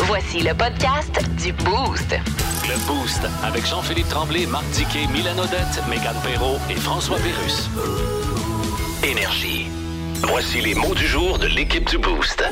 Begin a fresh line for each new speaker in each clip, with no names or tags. Voici le podcast du Boost.
Le Boost avec Jean-Philippe Tremblay, Marc Diquet, Milan Odette, Megan Perrault et François Pérus.
Énergie. Voici les mots du jour de l'équipe du Boost.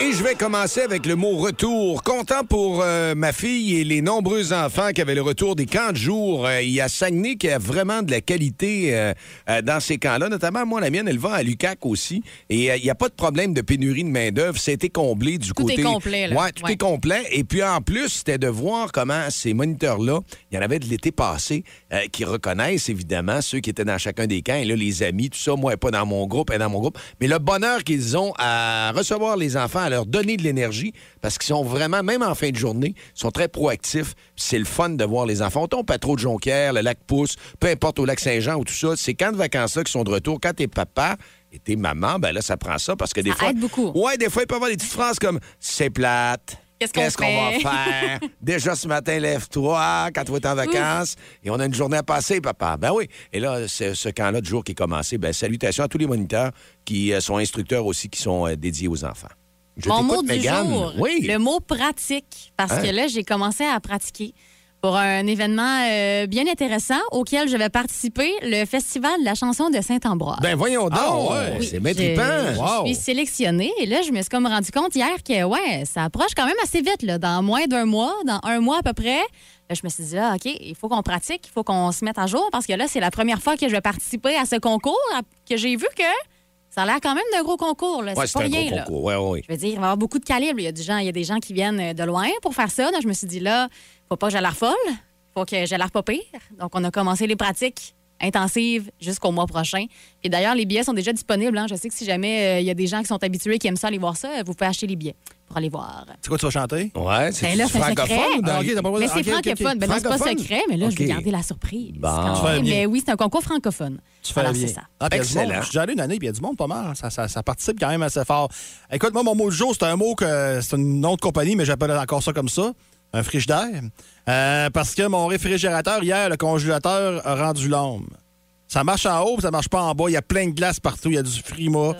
Et je vais commencer avec le mot retour. Content pour euh, ma fille et les nombreux enfants qui avaient le retour des camps de jour. Euh, il y a Saguenay qui a vraiment de la qualité euh, euh, dans ces camps-là. Notamment, moi, la mienne, elle va à Lucac aussi. Et euh, il n'y a pas de problème de pénurie de main-d'œuvre. C'était comblé du
Tout est
côté.
complet, là.
Ouais, tout
Ouais.
est complet. Et puis, en plus, c'était de voir comment ces moniteurs-là, il y en avait de l'été passé, euh, qui reconnaissent évidemment ceux qui étaient dans chacun des camps. Et là, les amis, tout ça, moi, elle est pas dans mon groupe, elle est dans mon groupe. Mais le bonheur qu'ils ont à recevoir les enfants, à leur donner de l'énergie, parce qu'ils sont vraiment, même en fin de journée, ils sont très proactifs. C'est le fun de voir les enfants. On tombe pas trop de Jonquière, le lac Pousse, peu importe au lac Saint-Jean ou tout ça. C'est quand de vacances-là qui sont de retour. Quand t'es papa et t'es maman, ben là, ça prend ça parce que des
Ça
fois.
aide beaucoup.
Ouais, des fois, il peut y avoir des petites phrases comme c'est plate.
Qu'est-ce qu'on fait?
va faire? Déjà ce matin, lève-toi quand tu vas être en vacances. Et on a une journée à passer, papa. Ben oui. Et là, c'est ce camp-là de jour qui est commencé. Ben, salutations à tous les moniteurs qui euh, sont instructeurs aussi, qui sont euh, dédiés aux enfants. Je
Mon
t'écoute,
mot du
Mégane.
jour,
Oui.
le mot pratique, parce
Hein?
que là, j'ai commencé à pratiquer pour un événement euh, bien intéressant auquel je vais participer, le Festival de la chanson de Saint-Ambroise.
Ben voyons donc.
ouais.
Oui,
C'est bien
j'ai-
trippant.
Je
Wow.
suis sélectionnée et là, je me suis comme rendu compte hier que, ouais, ça approche quand même assez vite, là, dans moins d'un mois, dans un mois à peu près. Là, je me suis dit, là, OK, il faut qu'on pratique, il faut qu'on se mette à jour parce que là, c'est la première fois que je vais participer à ce concours, à- que j'ai vu que ça a l'air quand même d'un gros concours. là.
Ouais,
c'est
c'est
pas
un
rien,
gros
là.
concours. Ouais, ouais, ouais.
Je veux dire, il va y avoir beaucoup de calibre. Il y a, des gens, il y a des gens qui viennent euh, de loin pour faire ça. Donc, je me suis dit, là, faut pas que j'ai l'air folle. faut que j'ai l'air pas pire. Donc, on a commencé les pratiques intensives jusqu'au mois prochain. Et d'ailleurs, les billets sont déjà disponibles. hein. Je sais que si jamais euh, il y a des gens qui sont habitués, qui aiment ça aller voir ça, euh, vous pouvez acheter les billets pour aller voir.
C'est quoi, tu vas chanter?
Ouais, c'est
Ben là, c'est un secret.
francophone ou dans-
Ah, ok, t'as pas-
Mais c'est
ok, ok, ok.
francophone. Ben non, c'est pas
Francophone?
secret, mais là, je vais
Ok.
garder la surprise.
Bon.
quand
Tu
fais
même.
bien.
Mais oui, c'est un concours francophone.
Tu fais
Alors,
bien.
c'est ça.
Ah, puis il y a du monde.
Excellent.
Je suis déjà allé une année, puis il y a du monde pas mal. Ça, ça- ça participe quand même assez fort. Écoute, moi, mon mot du jour, c'est un mot que c'est une autre compagnie, mais j'appelle encore ça comme ça. Un frigidaire. Euh, parce que mon réfrigérateur, hier, le congélateur a rendu l'homme. Ça marche en haut, puis ça marche pas en bas. Il y a plein de glace partout. Il y a du frima.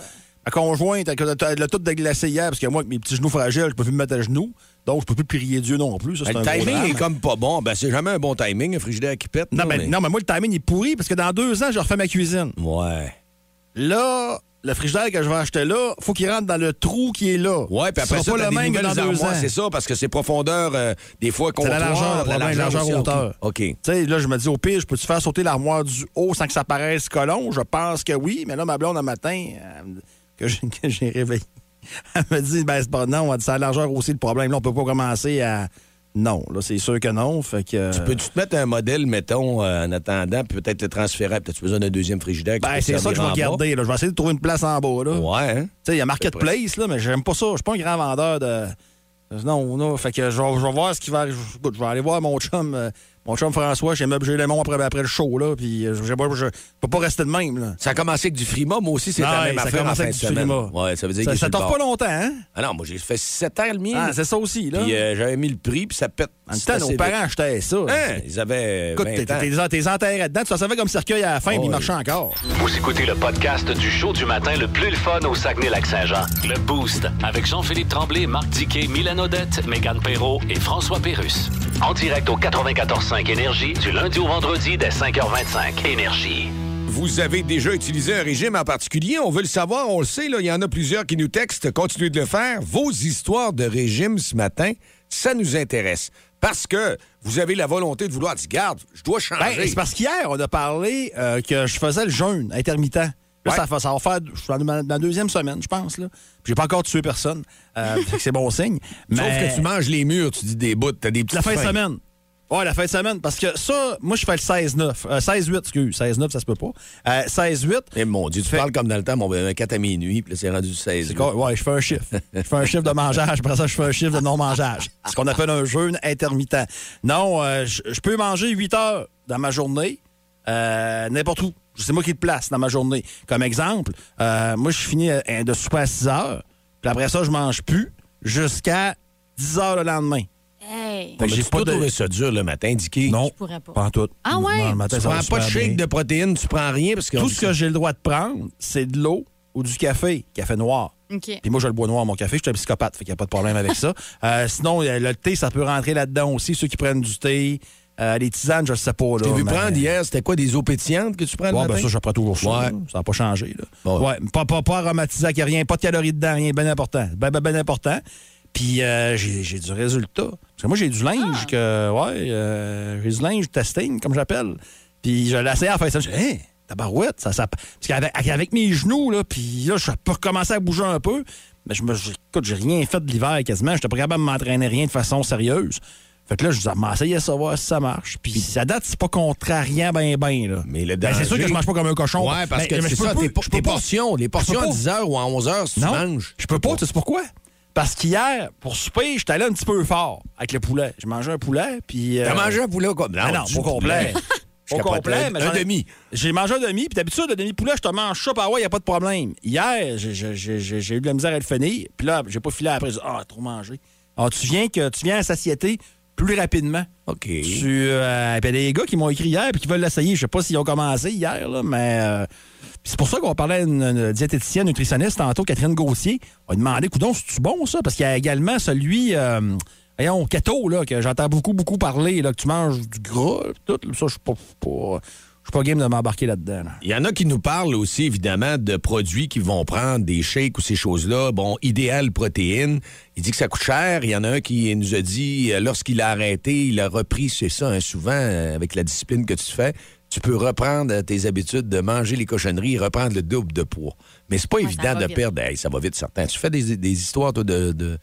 Ma conjointe, elle a- elle a tout déglacé hier, parce que moi, avec mes petits genoux fragiles, je peux plus me mettre à genoux. Donc, je peux plus prier Dieu non plus. Ça, c'est
Ben,
un
le
gros
timing
drame.
est comme pas bon. Ben, c'est jamais un bon timing, un frigidaire qui pète.
Non, ben,
là,
mais, non, mais moi, le timing est pourri, parce que dans deux ans, je refais ma cuisine.
Ouais.
là, le frigidaire que je vais acheter là, faut qu'il rentre dans le trou qui est là.
Ouais, puis après ça,
Ce sera
t'as
pas
des
le même que
nouvelles
dans deux ans.
armoires, c'est ça, parce que c'est profondeur, euh, des fois, qu'on
C'est la largeur, le problème, largeur, Euh. hauteur.
OK.
Tu sais, là, je me dis, au pire, je peux-tu faire sauter l'armoire du haut sans que ça paraisse colon? Je pense que oui, mais là, ma blonde, un matin, elle me- que j'ai- que j'ai réveillé, elle me dit, ben, c'est pas non, elle dit, c'est la largeur aussi le problème. Là, on peut pas commencer à. Non, là, c'est sûr que non. Fait que.
Tu Peux-tu te mettre un modèle, mettons, euh, en attendant, puis peut-être le transférer, peut-être tu as besoin d'un deuxième frigidaire qui
Ben,
peut
c'est ça
servir
que je vais
en bas.
regarder. là. Je vais essayer de trouver une place en bas. Là.
Ouais, hein?
Tu sais, il y a Marketplace, là, mais j'aime pas ça. Je suis pas un grand vendeur de. Non, non. Fait que je vais, je vais voir ce qui va arriver. Écoute, Je vais aller voir mon chum, euh, mon chum François chez Meubles Gélémont après, après le show, là. Puis euh, j'ai pas- je, peux pas rester de même, là.
Ça a commencé avec du frima, moi aussi, c'est
Non,
la même
ça
affaire en
commence
fin
avec
de
du
semaine.
frima.
Ouais, ça veut dire
Ça,
qu'il est sur
ça
le
t'offre
bord.
pas longtemps, hein?
Ah non, moi, j'ai fait 7 heures le mien.
Ah, c'est ça aussi, là.
puis euh, j'avais mis le prix, puis ça pète.
en même
C'est
temps,
assez
nos
vite.
parents achetaient ça.
Hein? Ils avaient euh,
Écoute,
20
t'es-
ans.
t'es t'es- t'es enterré dedans, tu le savais comme cercueil à la fin, puis il
ouais.
marchait encore.
Vous écoutez le podcast du show du matin le plus le fun au Saguenay-Lac-Saint-Jean. Le Boost avec Jean-Philippe Tremblay, Marc Diquet, Milan Odette, Megan Perrault et François Pérus.
En direct au 94.5 Énergie du lundi au vendredi dès 5h25. Énergie.
Vous avez déjà utilisé un régime en particulier? On veut le savoir, on le sait, là, il y en a plusieurs qui nous textent. Continuez de le faire. Vos histoires de régime ce matin, ça nous intéresse. Parce que vous avez la volonté de vouloir dire, garde, je dois changer.
Ben, c'est parce qu'hier, on a parlé euh, que je faisais le jeûne intermittent. Là,
Ouais.
ça, fa- ça va faire. Je suis dans ma, ma deuxième semaine, je pense. là. Puis J'ai pas encore tué personne. Euh, fait que c'est bon signe. Mais
Sauf que tu manges les murs, tu dis des bouts, t'as des petites
Ben. la fin de
faims.
semaine. Ouais, la fin de semaine. Parce que ça, moi, je fais le 16-9. Euh, 16-8, excuse. 16-9, ça se peut pas. Euh, 16-8.
Eh mon Dieu, tu parles comme dans le temps, mon ben, 4 à minuit, puis là, c'est rendu 16.
C'est quoi? Ouais, je fais un chiffre. Je fais un chiffre de mangeage. Après ça, je fais un chiffre de non-mangeage. Ce qu'on appelle un jeûne intermittent. Non, euh, je je peux manger 8 heures dans ma journée, euh, n'importe où. C'est moi qui le place dans ma journée. Comme exemple, euh, moi, je finis euh, de souper à 6 heures. Puis après ça, je mange plus jusqu'à 10 heures le lendemain.
Hey,
Fait que
J'ai
J'ai
pas
pas
de-
trouvé ça dur le matin, indiqué.
Non,
pourrais pas.
en tout.
Ah ouais?
Non, le matin,
Tu
ça va
prends pas de
super
shake
bien.
de protéines, tu prends rien parce que.
Tout ce que j'ai le droit de prendre, c'est de l'eau ou du café, café noir.
OK.
Puis moi, je le bois noir, mon café. Je suis un psychopathe, fait qu'il n'y a pas de problème avec ça. Euh, sinon, euh, le thé, ça peut rentrer là-dedans aussi. Ceux qui prennent du thé, euh, les tisanes, je ne sais pas. Là,
J'ai vu
mais-
prendre hier, c'était quoi, des eaux pétillantes que tu prends le
Ouais,
matin?
ben ça, je prends toujours ça.
Ouais.
là. Ça n'a pas changé. Là.
Bon.
Ouais, pas, pas, pas aromatisé avec rien, pas de calories dedans, rien, bien important. Ben, ben, ben important. Puis euh, j'ai j'ai du résultat. Parce que moi, j'ai du linge
Ah.
que. Ouais, euh, j'ai du linge testing, comme j'appelle. Puis je l'essayais à faire ça. Je dis, hein, tabarouette, ça, ça. Parce qu'avec avec mes genoux, là, puis là, je peux recommencer à bouger un peu. Mais je me. je- Écoute, j'ai rien fait de l'hiver quasiment. J'étais pas capable de m'entraîner rien de façon sérieuse. Fait que là, je dis, ah, m'essayez ça, voir si ça marche. Puis ça date, c'est pas contrariant, ben, ben, là.
Mais le
Ben, c'est sûr que
danger-
je mange pas comme un cochon.
Ouais, parce
Ben, Mais-
que
mais
c'est
je peux
ça,
pas-
tes, po-
je peux
tes
pas.
portions, les portions
Je
à
peux pas.
10h ou à 11h, si
Non,
tu manges.
je peux pas. Tu sais pourquoi? Parce qu'hier, pour souper, j'étais allé un petit peu fort avec le poulet. J'ai mangé un poulet, puis... euh,
T'as mangé un poulet comme
ah non,
du
pas complet.
poulet. Je
Pas
capotais.
complet, mais
Un
j'en ai-
demi.
J'ai mangé un demi, puis d'habitude, le demi-poulet, je te mange ça, par ouais, il a pas de problème. Hier, j'ai- j'ai- j'ai j'ai- j'ai eu de la misère à le finir, puis là, j'ai pas filé après. J'ai dit, ah, trop mangé. Alors, tu viens que tu viens à satiété plus rapidement.
OK.
Tu, euh, ben, des gars qui m'ont écrit hier et qui veulent l'essayer. Je sais pas s'ils ont commencé hier, là, mais euh, c'est pour ça qu'on parlait à une, une diététicienne nutritionniste tantôt, Catherine Gauthier. On a demandé, coudon, c'est-tu bon ça? Parce qu'il y a également celui, euh, voyons, keto, là, que j'entends beaucoup, beaucoup parler, là, que tu manges du gras, pis tout. Ça, je suis pas, pas- je suis pas game de m'embarquer là-dedans. là.
Il y en a qui nous parlent aussi, évidemment, de produits qui vont prendre des shakes ou ces choses-là. Bon, idéal protéines. Il dit que ça coûte cher. Il y en a un qui nous a dit, euh, lorsqu'il a arrêté, il a repris, c'est ça, hein, souvent, euh, avec la discipline que tu fais, tu peux reprendre tes habitudes de manger les cochonneries et reprendre le double de poids. Mais c'est pas évident
va
de
vite.
perdre. Hey, ça va vite, certain. Tu fais des, des histoires, toi, de, de,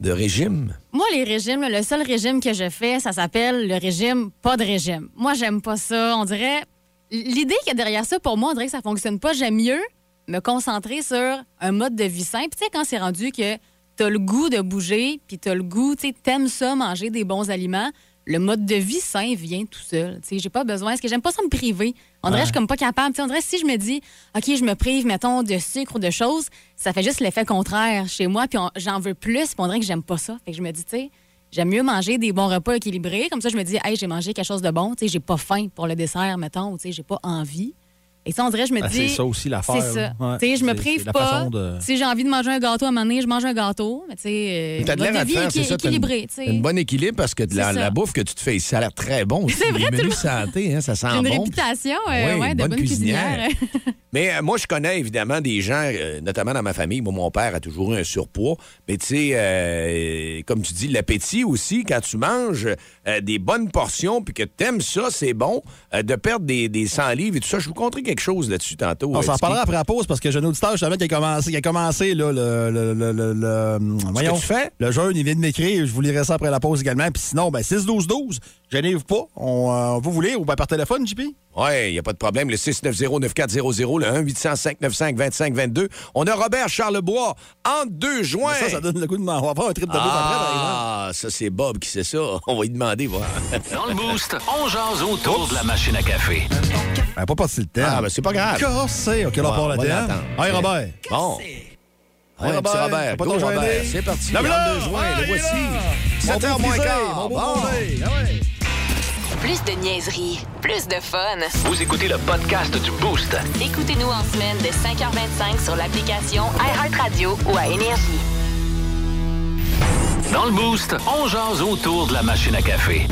de régime?
Moi, les régimes, là, le seul régime que je fais, ça s'appelle le régime pas de régime. Moi, j'aime pas ça. On dirait. L'idée qu'il y a derrière ça, pour moi, on dirait que ça fonctionne pas. J'aime mieux me concentrer sur un mode de vie simple. Tu sais, quand c'est rendu que t'as le goût de bouger, puis t'as le goût, tu sais, t'aimes ça, manger des bons aliments, le mode de vie sain vient tout seul. Tu sais, j'ai pas besoin. Est-ce que j'aime pas ça me priver? On dirait que je suis comme pas capable. Tu sais, on dirait que si je me dis, OK, je me prive, mettons, de sucre ou de choses, ça fait juste l'effet contraire chez moi, puis on- j'en veux plus, puis on dirait que j'aime pas ça. Fait que je me dis, tu sais, j'aime mieux manger des bons repas équilibrés. Comme ça, je me dis, hey, j'ai mangé quelque chose de bon. Tu sais, j'ai pas faim pour le dessert, mettons, ou tu sais, j'ai pas envie. Et ça, on dirait, je me
Ah,
dis.
c'est ça aussi l'affaire,
C'est ça.
là. Ouais.
Tu sais, je me
C'est- c'est
prive
la
pas.
façon de-
Si j'ai envie de manger un gâteau à un moment donné, je mange un gâteau. Mais tu sais, euh,
T'as de
mode
l'air à
vie
te faire,
équi-
c'est ça, t'as une-
équilibré, tu sais.
T'as une bonne équilibre parce que de la,
C'est ça.
la bouffe que tu te fais, ça a l'air très bon. aussi.
C'est vrai,
Les
tout le
menus
monde-
santé, hein, ça sent
J'ai une
bon.
réputation euh,
Oui,
ouais, de bonne, cuisinière.
mais euh, moi, je connais évidemment des gens, euh, notamment dans ma famille. Moi, mon père a toujours eu un surpoids. Mais tu sais, euh, comme tu dis, l'appétit aussi, quand tu manges euh, des bonnes portions puis que t'aimes ça, c'est bon. Euh, de perdre des, des 100 livres et tout ça, je vous conterai quelque chose là-dessus tantôt.
On
euh,
s'en
Tiki.
parlera après la pause parce que j'ai un auditeur justement qui a commencé, qui a commencé là, le, le, le, le, le- hum, voyons,
tu fais?
le jeune, il vient de m'écrire, je vous lirai ça après la pause également. Puis sinon, ben 6-12-12, gênez-vous pas, on, euh, vous voulez, ou ben par téléphone, JP?
Oui, il n'y a pas de problème. Le 690-9400, le 1-800-595-2522. On a Robert Charlebois en 2 juin.
Ça, ça donne le goût de m'en on va avoir un trip de bouffe après, par exemple.
Ah, ça, c'est Bob qui sait ça. On va lui demander, voir.
Dans le boost, on jase autour de la machine à café.
Ben, pas parti le temps.
Ah, ben, c'est pas grave.
Cassé, ok, là, on
Bon,
part le
on va
thème.
l'entendre.
Hey, Robert.
Bon. Ouais,
Robert,
petit Robert,
faut pas
go,
te
Robert.
gêner.
C'est parti.
Le
Le
blanc.
de juin,
Ah,
le
il est là.
voici. 7 h moins quart. Bon.
Plus de niaiserie, plus de fun.
Vous écoutez le podcast du Boost.
Écoutez-nous en semaine de 5h25 sur l'application iHeartRadio ou à Énergie.
Dans le boost, on jase autour de la machine à café.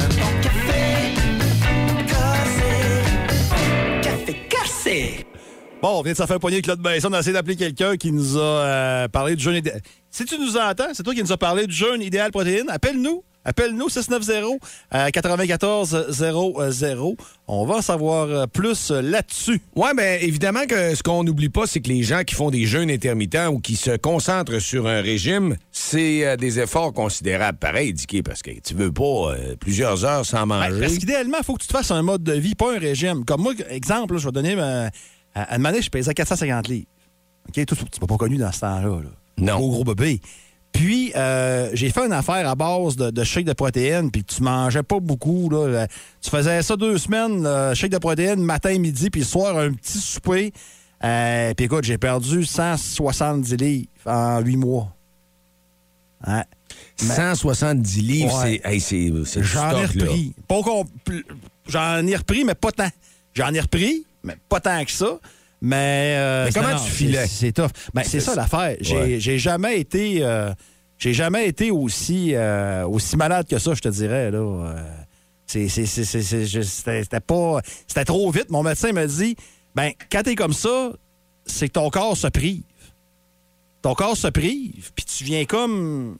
Bon, on vient de s'en faire poigner Claude Besson. On a essayé d'appeler quelqu'un qui nous a euh, parlé du jeûne idéal. Si tu nous entends, c'est toi qui nous as parlé du jeûne idéal protéine. Appelle-nous. Appelle-nous 690 euh, 94 00. On va en savoir euh, plus euh, là-dessus.
Oui, bien évidemment que ce qu'on n'oublie pas, c'est que les gens qui font des jeûnes intermittents ou qui se concentrent sur un régime, c'est euh, des efforts considérables. Pareil, Dicky, parce que tu veux pas euh, plusieurs heures sans
Ben,
manger.
parce qu'idéalement, il faut que tu te fasses un mode de vie, pas un régime. Comme moi, exemple, là, je vais donner ma... à à une manège, je pesais 450 livres. OK? Tout, tu m'as pas connu dans ce temps-là. là.
Non.
Gros, gros bébé. Puis, euh, j'ai fait une affaire à base de, de shake de protéines, puis tu mangeais pas beaucoup. Là, Là, Tu faisais ça deux semaines, le shake de protéines, matin, midi, puis le soir, un petit souper. Euh, puis écoute, j'ai perdu 170 livres en huit mois. Hein? Ouais.
170 livres,
Ouais.
c'est hey, c'est- c'est du
J'en ai
stock, là.
repris. Pas qu'on- pl- J'en ai repris, mais pas tant. J'en ai repris, mais pas tant que ça. Mais, euh,
Mais
c'est-
comment tu filais?
c'est- C'est tough. Ben, c'est ça l'affaire. J'ai
Ouais.
j'ai jamais été, euh, j'ai jamais été aussi, euh, aussi malade que ça, je te dirais. là. Euh, c'est- c'est- c'est- c'est- c'est- je- C'était c'était pas, c'était trop vite. Mon médecin me dit, ben quand t'es comme ça, c'est que ton corps se prive. Ton corps se prive, puis tu viens comme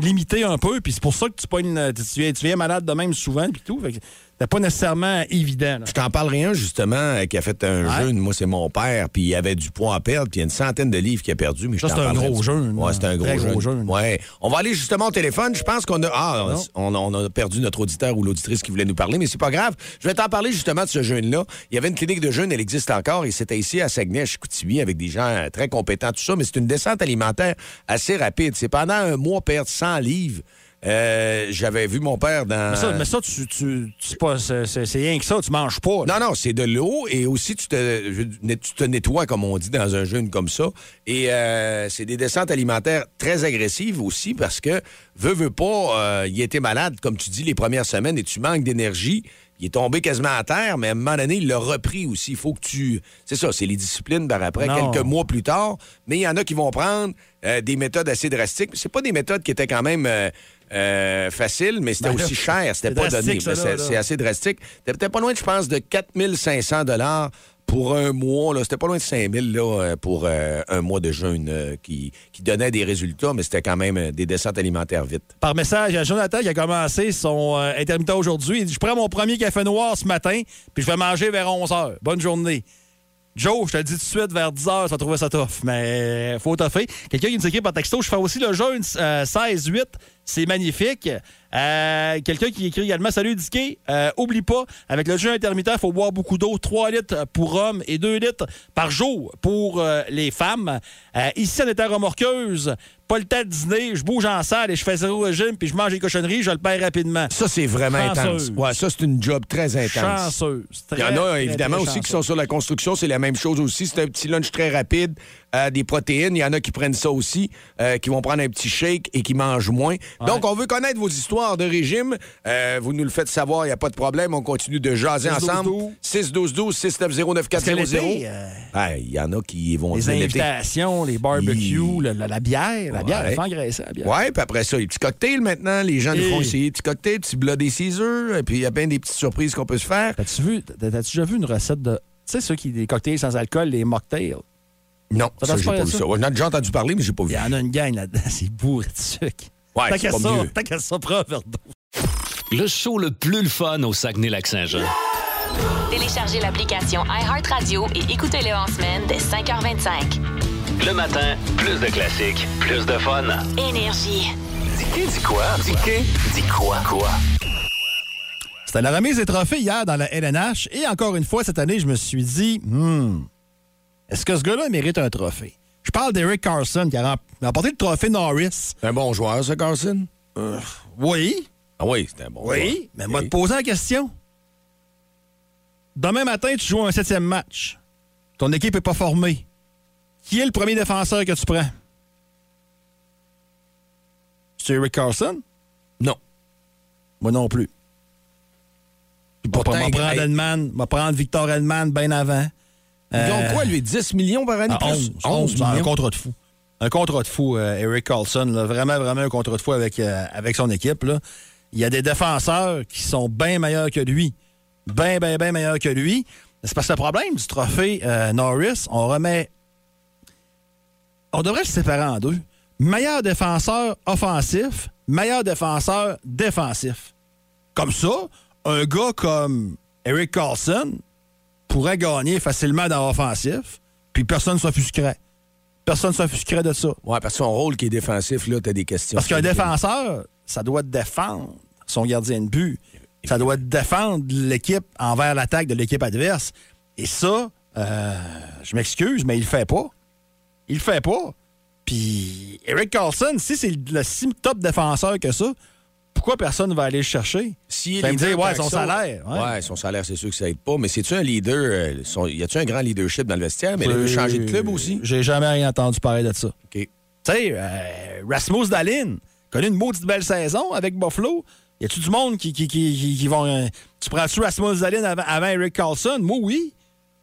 limité un peu, puis c'est pour ça que tu, pognes- tu, viens, tu viens malade de même souvent, puis tout. Fait que C'était pas nécessairement évident. là.
Je t'en parlerai un, justement, euh, qui a fait un
Ouais.
jeûne. Moi, c'est mon père, puis il avait du poids à perdre, puis il y a une centaine de livres qu'il a perdu. Mais je
Ça,
t'en
c'est un
parlerai
gros
du-
jeûne,
Ouais,
là.
c'est un gros
Très
jeûne.
gros jeûne.
Ouais. On va aller justement au téléphone. Je pense qu'on a. Ah,
Non.
on, on a perdu notre auditeur ou l'auditrice qui voulait nous parler, mais c'est pas grave. Je vais t'en parler justement de ce jeûne-là. Il y avait une clinique de jeûne, elle existe encore, et c'était ici à Saguenay, à Chicoutimi, avec des gens euh, très compétents, tout ça, mais c'est une descente alimentaire assez rapide. C'est pendant un mois perdre 100 livres. Euh, J'avais vu mon père dans.
Mais ça, mais ça, tu, tu, tu- c'est pas- c'est- c'est c'est rien que ça, tu manges pas. là.
Non, non, c'est de l'eau et aussi tu te, je- tu te nettoies, comme on dit, dans un jeûne comme ça. Et euh, c'est des descentes alimentaires très agressives aussi parce que, veux, veux pas, euh, il était malade, comme tu dis, les premières semaines et tu manques d'énergie. Il est tombé quasiment à terre, mais à un moment donné, il l'a repris aussi. Il faut que tu. C'est ça, c'est les disciplines par après,
Non.
quelques mois plus tard. Mais il y en a qui vont prendre euh, des méthodes assez drastiques. C'est pas des méthodes qui étaient quand même euh, euh, faciles, mais c'était
Ben là,
aussi cher. C'était
c'est
pas
drastique,
donné.
ça,
mais
là,
c'est-
là.
c'est assez drastique. T'es peut-être pas loin, je pense, de 4500 dollars pour un mois. là. C'était pas loin de 5000 là, euh, pour euh, un mois de jeûne euh, qui, qui donnait des résultats, mais c'était quand même euh, des descentes alimentaires vite.
Par message à Jonathan qui a commencé son euh, intermittent aujourd'hui. Il dit Je prends mon premier café noir ce matin, puis je vais manger vers 11 h. Bonne journée. Joe, je te le dis tout de suite, vers 10 h, tu vas trouver ça tough, mais euh, faut toffer. Quelqu'un qui nous écrit par texto Je fais aussi le jeûne euh, 16-8, c'est magnifique. Euh, Quelqu'un qui écrit également Salut Dicky, Euh, oublie pas, avec le jeûne intermittent, il faut boire beaucoup d'eau, 3 litres pour hommes et 2 litres par jour pour euh, les femmes. Euh, ici, on était à remorqueuse, pas le temps de dîner, je bouge en salle et je fais zéro régime, puis je mange des cochonneries, je le perds rapidement.
Ça, c'est vraiment
Chanceuse.
intense. Ouais, ça, c'est une job très intense.
Chanceuse.
Il y en a évidemment aussi qui
qui
sont sur la construction, c'est la même chose aussi. C'est un petit lunch très rapide, euh, des protéines. Il y en a qui prennent ça aussi, euh, qui vont prendre un petit shake et qui mangent moins. Donc, on veut connaître vos histoires de régime. Euh, vous nous le faites savoir, il n'y a pas de problème. On continue de jaser
6-12-12.
ensemble. 6-12-12, 690-9400.
l'été, euh,
Ah, Il y en a qui vont
Les
venir l'été.
invitations, les barbecues,
Oui.
le- la, la bière. La bière,
Ouais.
elle fait engraisser, la bière.
Ouais, puis après ça, les petits cocktails maintenant. Les gens nous
Et-
font essayer des petits cocktails, petits bloody Caesar. Et puis, il y a bien des petites surprises qu'on peut se faire.
T'as-tu vu, t'as- t'as-tu déjà vu une recette de. Tu sais, ceux qui des cocktails sans alcool, les mocktails.
Non, ça,
Ça doit se
j'ai pas
faire,
vu
ça.
ça. Ouais, J'en ai déjà entendu parler, mais j'ai pas vu.
Il y en a une gang là-dedans, c'est bourré de sucre.
Ouais,
T'as
c'est
qu'à
pas
ça,
mieux.
t'as qu'à ça, prends un verre d'eau.
Le show le plus le fun au Saguenay-Lac-Saint-Jean.
Téléchargez l'application iHeartRadio et écoutez-le en semaine dès 5h25.
Le matin, plus de classiques, plus de fun.
Énergie.
Dis dis quoi? Dis dis quoi? Quoi?
C'était la remise des trophées hier dans la LNH. Et encore une fois, cette année, je me suis dit, hmm, est-ce que ce gars-là mérite un trophée? Je parle d'Eric Carson qui a rem- remporté le trophée Norris.
C'est un bon joueur, ça, Carson?
Oui,
Ah oui, c'est un bon joueur.
Oui, mais moi,
Ok.
te poser la question. Demain matin, tu joues un septième match. Ton équipe n'est pas formée. Qui est le premier défenseur que tu prends? C'est Eric Carson?
Non.
Moi non plus.
Pourtant,
Pourtant, prendre
hey,
Hedman, m'a prendre Victor Edman bien avant.
ils ont
Euh,
quoi, lui? 10 millions par année?
à 11,
plus?
11, ben, un
millions.
contrat de fou. Un contrat de fou, euh, Eric Carlson. là. vraiment, vraiment un contrat de fou avec, euh, avec son équipe. là. Il y a des défenseurs qui sont bien meilleurs que lui. Bien, bien, bien meilleurs que lui. C'est parce que le problème du trophée euh, Norris, on remet. On devrait le séparer en deux. Meilleur défenseur offensif, meilleur défenseur défensif. Comme ça, un gars comme Eric Carlson, pourrait gagner facilement dans l'offensif, puis personne ne s'offusquerait. Personne ne s'offusquerait de ça.
Ouais, parce que son rôle qui est défensif, là, t'as des questions.
Parce qu'un défenseur, ça doit défendre son gardien de but. Ça doit défendre l'équipe envers l'attaque de l'équipe adverse. Et ça, euh, je m'excuse, mais il le fait pas. Il le fait pas. Puis Eric Carlson, si c'est le si top défenseur que ça, pourquoi personne ne va aller le chercher?
Si
Ça me dit, ouais, son salaire.
Ouais.
ouais.
son salaire, c'est sûr que ça aide pas. Mais c'est-tu un leader? euh, son- Y a-tu un grand leadership dans le vestiaire? Mais il a
Euh,
changé de club aussi?
J'ai jamais rien entendu parler de ça.
OK.
Tu sais, euh, Rasmus Dalin, connu une maudite belle saison avec Buffalo. Y a-tu du monde qui, qui, qui, qui- qui vont. euh, tu prends-tu Rasmus Dalin avant, avant Eric Carlson? Moi, oui.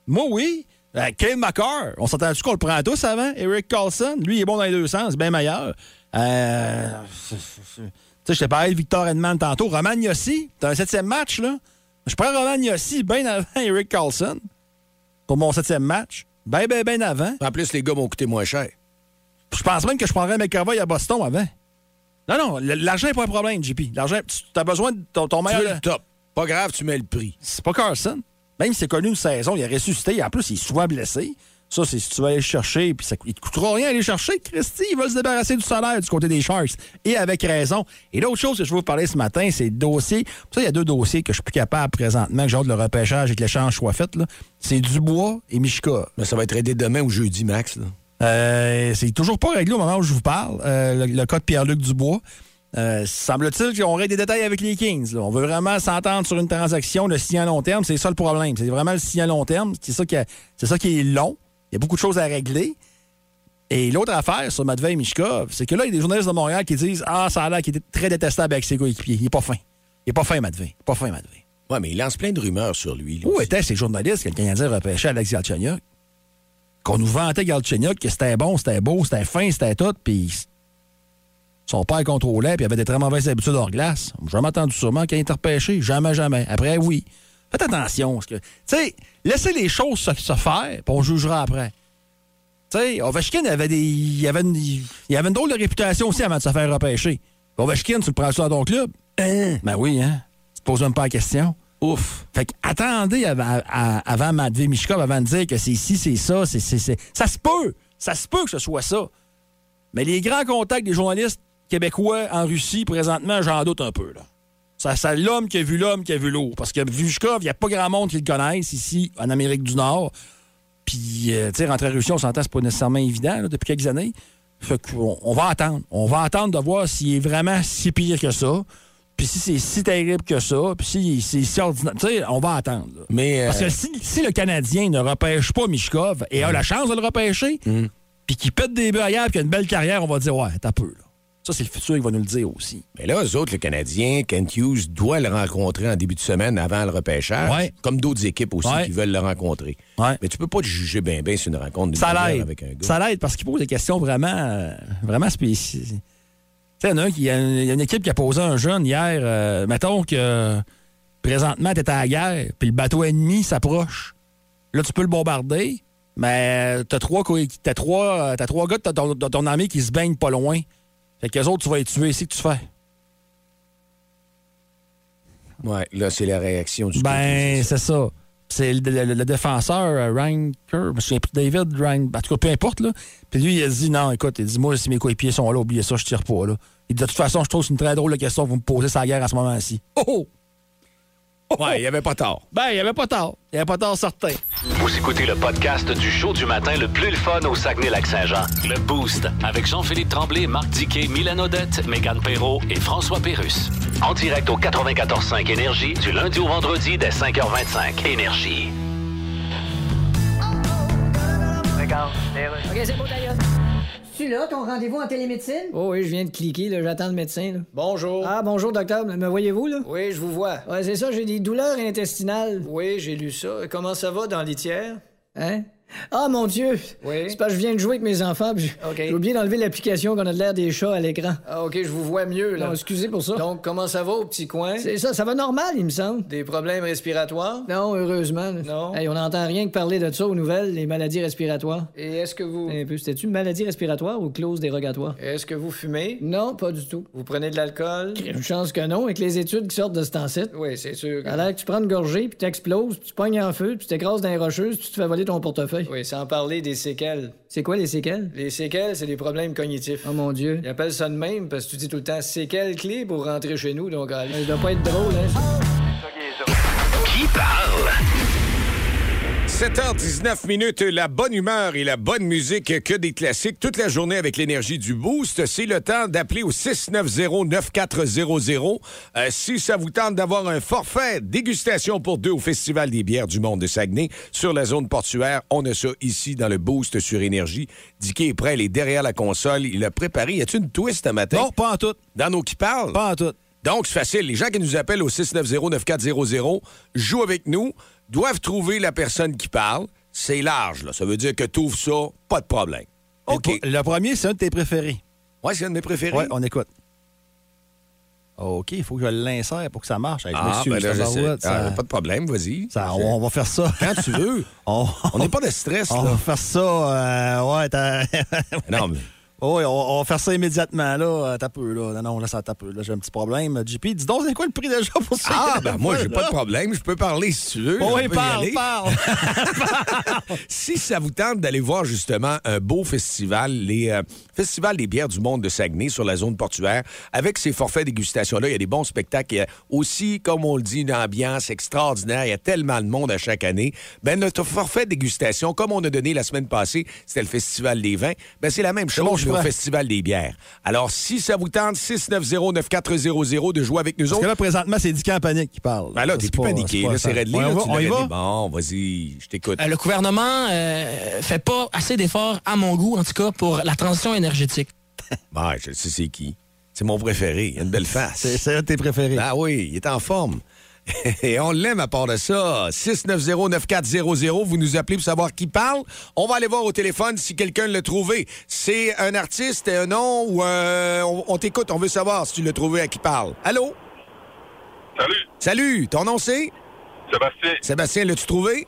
Moi, oui. Euh, Kyle McCarr, on s'entend-tu qu'on le prend tous avant? Eric Carlson, lui, il est bon dans les deux sens, bien meilleur. Euh, tu sais, je t'ai parlé de Victor Edman tantôt. Roman Yossi, t'as un septième match, là. Je prends Roman Yossi bien avant Eric Carlson pour mon septième match. Ben, ben, ben avant.
En plus, les gars m'ont coûté moins cher.
Je pense même que je prendrais McAvoy à Boston avant. Non, non, l- l'argent n'est pas un problème, JP. L'argent, tu as besoin de ton, ton
Tu
meilleur.
veux le top. Pas grave, tu mets le prix.
C'est pas Carson. Même s'il est connu une saison, il a ressuscité. En plus, il est souvent blessé. Ça, c'est si tu vas aller le chercher, puis ça, cou- il te coûtera rien aller le chercher. Christy, il va se débarrasser du salaire du côté des Sharks. Et avec raison. Et l'autre chose que je veux vous parler ce matin, c'est le dossier. Pour ça, il y a deux dossiers que je suis plus capable présentement, que j'ai hâte de le repêchage et que l'échange soit fait. là. C'est Dubois et Mishka.
Mais ça va être aidé demain ou jeudi, Max. là.
Euh, c'est toujours pas réglé au moment où je vous parle, euh, le, le cas de Pierre-Luc Dubois. Euh, semble-t-il qu'on aurait des détails avec les Kings. là. On veut vraiment s'entendre sur une transaction, le signer à long terme, c'est ça le problème. C'est vraiment le signer à long terme, c'est ça qui, a- c'est ça qui est long. Il y a beaucoup de choses à régler. Et l'autre affaire sur Matvei Mishkov, c'est que là, il y a des journalistes de Montréal qui disent Ah, ça a l'air qu'il était très détestable avec ses coéquipiers. Il est pas fin. Il est pas fin, Matvei. Il est pas fin, Matvei.
Ouais, mais il lance plein de rumeurs sur lui. là,
Où
aussi.
étaient ces journalistes que le Canadien repêchait Alex Galchenyuk? Qu'on nous vantait Galchenyuk, que c'était bon, c'était beau, c'était fin, c'était tout, puis son père contrôlait, puis il avait des très mauvaises habitudes hors glace. J'ai jamais entendu sûrement qu'il a été repêché. Jamais, jamais. Après, oui. Faites attention. parce que, tu sais, laissez les choses se, se faire, puis on jugera après. Tu sais, Ovechkin avait des. Il avait, une, il avait une drôle de réputation aussi avant de se faire repêcher. Ovechkin, tu le prends ça dans ton club? Hein? Ben oui, hein? Tu te poses même pas la question. Ouf. Fait que attendez avant, à- avant Matvey Mishkov, avant de dire que c'est ici, c'est ça, c'est. c'est- c'est- Ça se peut! Ça se peut que ce soit ça. Mais les grands contacts des journalistes québécois en Russie, présentement, j'en doute un peu. Là. Ça, ça l'homme qui a vu l'homme qui a vu l'eau. Parce que Vushkov, il n'y a pas grand monde qui le connaisse ici, en Amérique du Nord. Puis, euh, tu sais, rentrer en Russie, on s'entend, c'est pas nécessairement évident là, depuis quelques années. Fait qu'on on va attendre. On va attendre de voir s'il est vraiment si pire que ça. Puis si c'est si terrible que ça. Puis si c'est si ordinaire. Tu sais, on va attendre. là.
Mais, euh,
Parce que si, si le Canadien ne repêche pas Mishkov et a la chance de le repêcher,
Mm.
puis qu'il pète des bœufs ailleurs puis qu'il a une belle carrière, on va dire ouais, t'as peu. Là. Ça, c'est le futur, il va nous le dire aussi.
mais là, eux autres, le Canadien, Kent Hughes doit le rencontrer en début de semaine avant le repêchage.
Ouais.
Comme d'autres équipes aussi
Ouais.
qui veulent le rencontrer.
Ouais.
Mais tu peux pas te juger bien bien sur une rencontre d'une
Ça
demi-heure
l'aide.
avec un gars.
Ça l'aide parce qu'il pose des questions vraiment, euh, vraiment spéciales. Tu sais, il y en a un qui- il y a une, il y a une équipe qui a posé un jeune hier. euh, mettons que euh, présentement, t'es à la guerre, puis le bateau ennemi s'approche. Là, tu peux le bombarder, mais t'as trois, coéqui- t'as trois, euh, t'as trois gars de ton, de ton ami qui se baignent pas loin. Fait qu'eux autres, tu vas les tuer. C'est que tu fais.
Ouais, là, c'est la réaction du
Ben,
coach.
c'est ça. C'est le, le- le défenseur, euh, Ryan Kerr, je me souviens plus, David Ryan, en tout cas, peu importe. Là. Puis lui, il a dit non, écoute, il dit moi, si mes coéquipiers sont là, oubliez ça, je tire pas. Là. Il dit de toute façon, je trouve que c'est une très drôle de question que vous me posez sa guerre à ce moment-ci. Oh, oh! Oh,
Ouais, il
oh!
n'y avait pas tort.
Ben, il n'y avait pas tort. Il n'y avait pas tort certain.
Vous écoutez le podcast du show du matin le plus le fun au Saguenay-Lac-Saint-Jean.
Le Boost avec Jean-Philippe Tremblay, Marc Diquet, Milan Odette, Megan Perrault et François Pérus.
En direct au 94.5 Énergie du lundi au vendredi dès 5h25. Énergie.
OK, c'est bon, d'ailleurs.
Tu là, ton rendez-vous en télémédecine?
Oh oui, je viens de cliquer, là, j'attends le médecin, là.
Bonjour.
Ah, bonjour, docteur, me voyez-vous, là?
Oui, je vous vois.
Ouais, c'est ça, j'ai des douleurs intestinales.
Oui, j'ai lu ça. Comment ça va dans l'itière?
Hein? Ah, mon Dieu!
Oui.
C'est parce que je viens de jouer avec mes enfants, puis j'ai
OK.
j'ai oublié d'enlever l'application qu'on a de l'air des chats à l'écran.
Ah, ok, je vous vois mieux, là.
Non, excusez pour ça.
Donc, comment ça va au petit coin?
C'est ça, ça va normal, il me semble.
Des problèmes respiratoires?
Non, heureusement. là.
Non.
Hey, on n'entend rien que parler de ça aux nouvelles, les maladies respiratoires.
Et est-ce que vous.
Un peu, c'était-tu maladie respiratoire ou clause dérogatoire?
Est-ce que vous fumez?
Non, pas du tout.
Vous prenez de l'alcool?
Une chance que non, avec les études qui sortent de ce temps-ci.
Oui, c'est sûr. que-
À l'air que tu prends une gorgée, puis t'exploses, puis tu pognes en feu, puis t'écrases dans les rocheuses, puis tu te fais voler ton portefeuille.
Oui, sans parler des séquelles.
C'est quoi les séquelles?
Les séquelles, c'est des problèmes cognitifs.
Oh mon Dieu.
Ils appellent ça de même parce que tu dis tout le temps séquelles clés pour rentrer chez nous, donc allez.
Ça doit pas être drôle, hein?
Qui parle?
7h19 minutes, la bonne humeur et la bonne musique que des classiques toute la journée avec l'énergie du boost. C'est le temps d'appeler au 690-9400 Euh, si ça vous tente d'avoir un forfait dégustation pour deux au Festival des bières du monde de Saguenay sur la zone portuaire. On a ça ici dans le boost sur énergie. Dicky est prêt, il est derrière la console, il a préparé. Y a-tu une twist ce matin?
Non, pas en tout.
Dans nos qui parlent?
Pas en tout.
Donc, c'est facile. Les gens qui nous appellent au 690-9400 jouent avec nous, doivent trouver la personne qui parle. c'est large. Là. Ça veut dire que t'ouvres ça, pas de problème. OK.
Le, le premier, c'est un de tes préférés.
Ouais, c'est un de mes préférés.
Ouais, on écoute. OK, il faut que je l'insère pour que ça marche. Hey, je
Ah,
m'excuse,
ben là, je
ça
sais.
barouette, ça-
Ah, pas de problème, vas-y.
ça- on, on va faire ça.
Quand tu veux.
on
On n'est pas de stress,
on va
là.
faire ça. euh, ouais, t'as-
Non, mais
Oui, on, on va faire ça immédiatement, là. Euh, T'as peu, là. Non, non, là, ça t'as peu. Là, j'ai un petit problème. JP, dis donc, c'est quoi le prix déjà pour ça?
Ah, ben moi, j'ai pas de problème. Je peux parler si tu veux.
Oui,
On peut y
parle,
aller.
parle.
Si ça vous tente d'aller voir justement un beau festival, les euh, festivals des bières du monde de Saguenay sur la zone portuaire, avec ces forfaits dégustation-là, il y a des bons spectacles. Il y a aussi, comme on le dit, une ambiance extraordinaire. Il y a tellement de monde à chaque année. Ben, notre forfait dégustation, comme on a donné la semaine passée, c'était le Festival des vins, ben, c'est la même chose
bon, je
mais au
prends.
Festival des bières. Alors, si ça vous tente, 690-9400 de jouer avec nous
Parce que
autres.
là, présentement, c'est Dican en panique qui parle.
Ben là, t'es
C'est
plus
pas-
paniqué,
pas
là,
ça.
c'est réglé.
Ouais,
là,
on va-
tu
on y
l'avais
va?
dit. Bon, vas-y, je t'écoute.
Euh, le gouvernement euh, fait pas assez d'efforts, à mon goût, en tout cas, pour la transition énergétique.
Ouais, Bah, je sais c'est qui. C'est mon préféré. Il a une belle face.
C'est c'est un de tes préférés.
Ah oui, il est en forme. Et on l'aime à part de ça. 690-9400, vous nous appelez pour savoir qui parle. On va aller voir au téléphone si quelqu'un l'a trouvé. C'est un artiste, un nom ou un- on, on t'écoute, on veut savoir si tu l'as trouvé à qui parle. Allô?
Salut,
Salut, ton nom c'est?
Sébastien.
Sébastien, l'as-tu trouvé?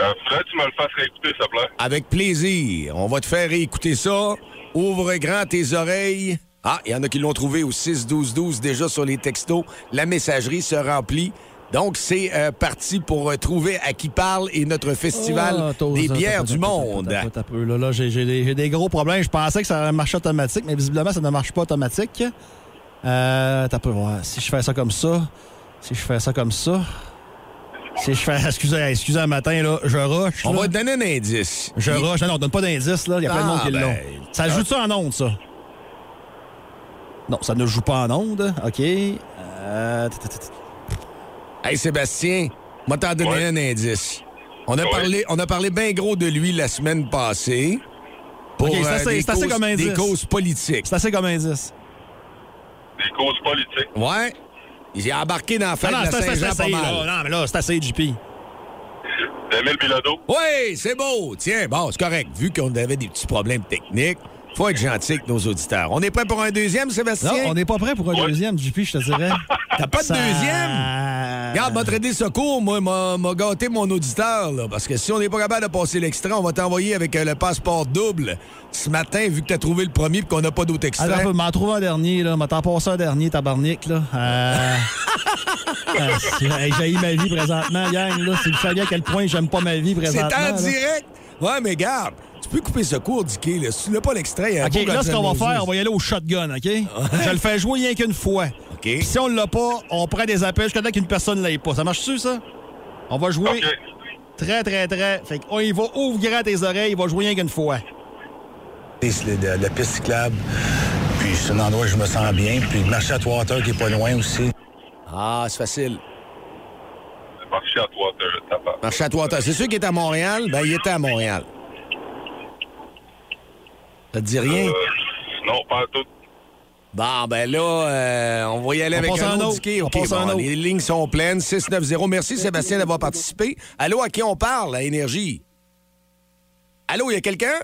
Euh, faudrait que tu me le fasses réécouter, s'il te plaît.
Avec plaisir. On va te faire écouter ça. Ouvre grand tes oreilles. Ah, il y en a qui l'ont trouvé au 6-12-12 déjà sur les textos. La messagerie se remplit. Donc, c'est euh, parti pour euh, trouver à qui parle et notre festival
Ah, t'oses,
des
t'as
bières
peu,
du
t'as peu,
monde.
t'as peu, t'as peu. Là, là, j'ai- j'ai des, j'ai des gros problèmes. Je pensais que ça allait marcher automatique, mais visiblement, ça ne marche pas automatique. Euh, t'as peu, ouais. Si je fais ça comme ça, si je fais ça comme ça, si je fais... Excusez, excusez, un matin, là, je rush.
On
là.
va te donner un indice.
Je
Il-
rush. Non, non, donne pas d'indice, là. Il y a plein de
Ah,
monde qui
ben,
l'ont. Ça joue ça en onde, ça? Non, ça ne joue pas en onde. OK. Euh, t- t- t- t-
Hey, Sébastien, moi t'en donner
Ouais.
un indice. On a
Ouais.
parlé, on a parlé bien gros de lui la semaine passée pour euh,
Ok, c'est assez-
des,
c'est assez
causes,
comme indice.
des causes politiques.
C'est assez comme indice.
Des causes politiques.
Ouais. Il a embarqué dans la fête
Ah Non, non,
de la
c'est assez, c'est
Saint-Jean pas
assez,
mal.
là. Non, mais là, c'est assez, JP.
Emile Bilodeau.
Oui, c'est beau. Tiens, bon, c'est correct. Vu qu'on avait des petits problèmes techniques, faut être gentil avec nos auditeurs. On est prêt pour un deuxième, Sébastien?
Non, on n'est pas prêt pour un
Ouais.
deuxième, JP, je te dirais.
T'as pas de
Ça-
deuxième? Regarde, m'a traité secours, moi, m'a m'a gâté mon auditeur, là, parce que si on n'est pas capable de passer l'extrait, on va t'envoyer avec euh, le passeport double ce matin, vu que t'as trouvé le premier et qu'on n'a pas d'autre
Attends un
extrait.
peu, m'en trouve un dernier, là. M'en t'en passe un dernier, tabarnak, là. Euh... euh, c'est- hey, J'haïs ma vie présentement, gang, là. Si vous saviez à quel point j'aime pas ma vie
C'est
présentement.
en
là.
direct. Ouais, mais garde, tu peux couper ce cours, Dicky. là. Si tu n'as pas l'extrait, il y a un
OK,
beau
là, ce qu'on va
rattrapage.
faire, on va y aller au shotgun, OK? Je le fais jouer rien qu'une fois.
OK.
Puis si on l'a pas, on prend des appels jusqu'à temps qu'une personne l'ait pas. Ça marche-tu, ça? On va jouer
OK.
très, très, très. Fait qu'on y va, ouvre grand tes oreilles, il va jouer rien qu'une fois.
La, piste cyclable, puis c'est un endroit où je me sens bien, puis le marché à Trois-Heures qui est pas loin aussi.
Ah, c'est facile.
Marché à toi, t'as pas. Euh,
Marché à toi, t'as- C'est sûr qu'il est à Montréal? Ben, il était à Montréal. Ça te dit rien?
Euh, non, pas à tout.
Bon, ben là, euh, on va y aller
On
avec
passe
un
à un
autre.
autre.
ticket.
On
OK,
passe à un
bon,
autre.
Les lignes sont pleines. 690. Merci, Sébastien, d'avoir participé. Allô, à qui on parle? À Énergie. Allô, il y a quelqu'un?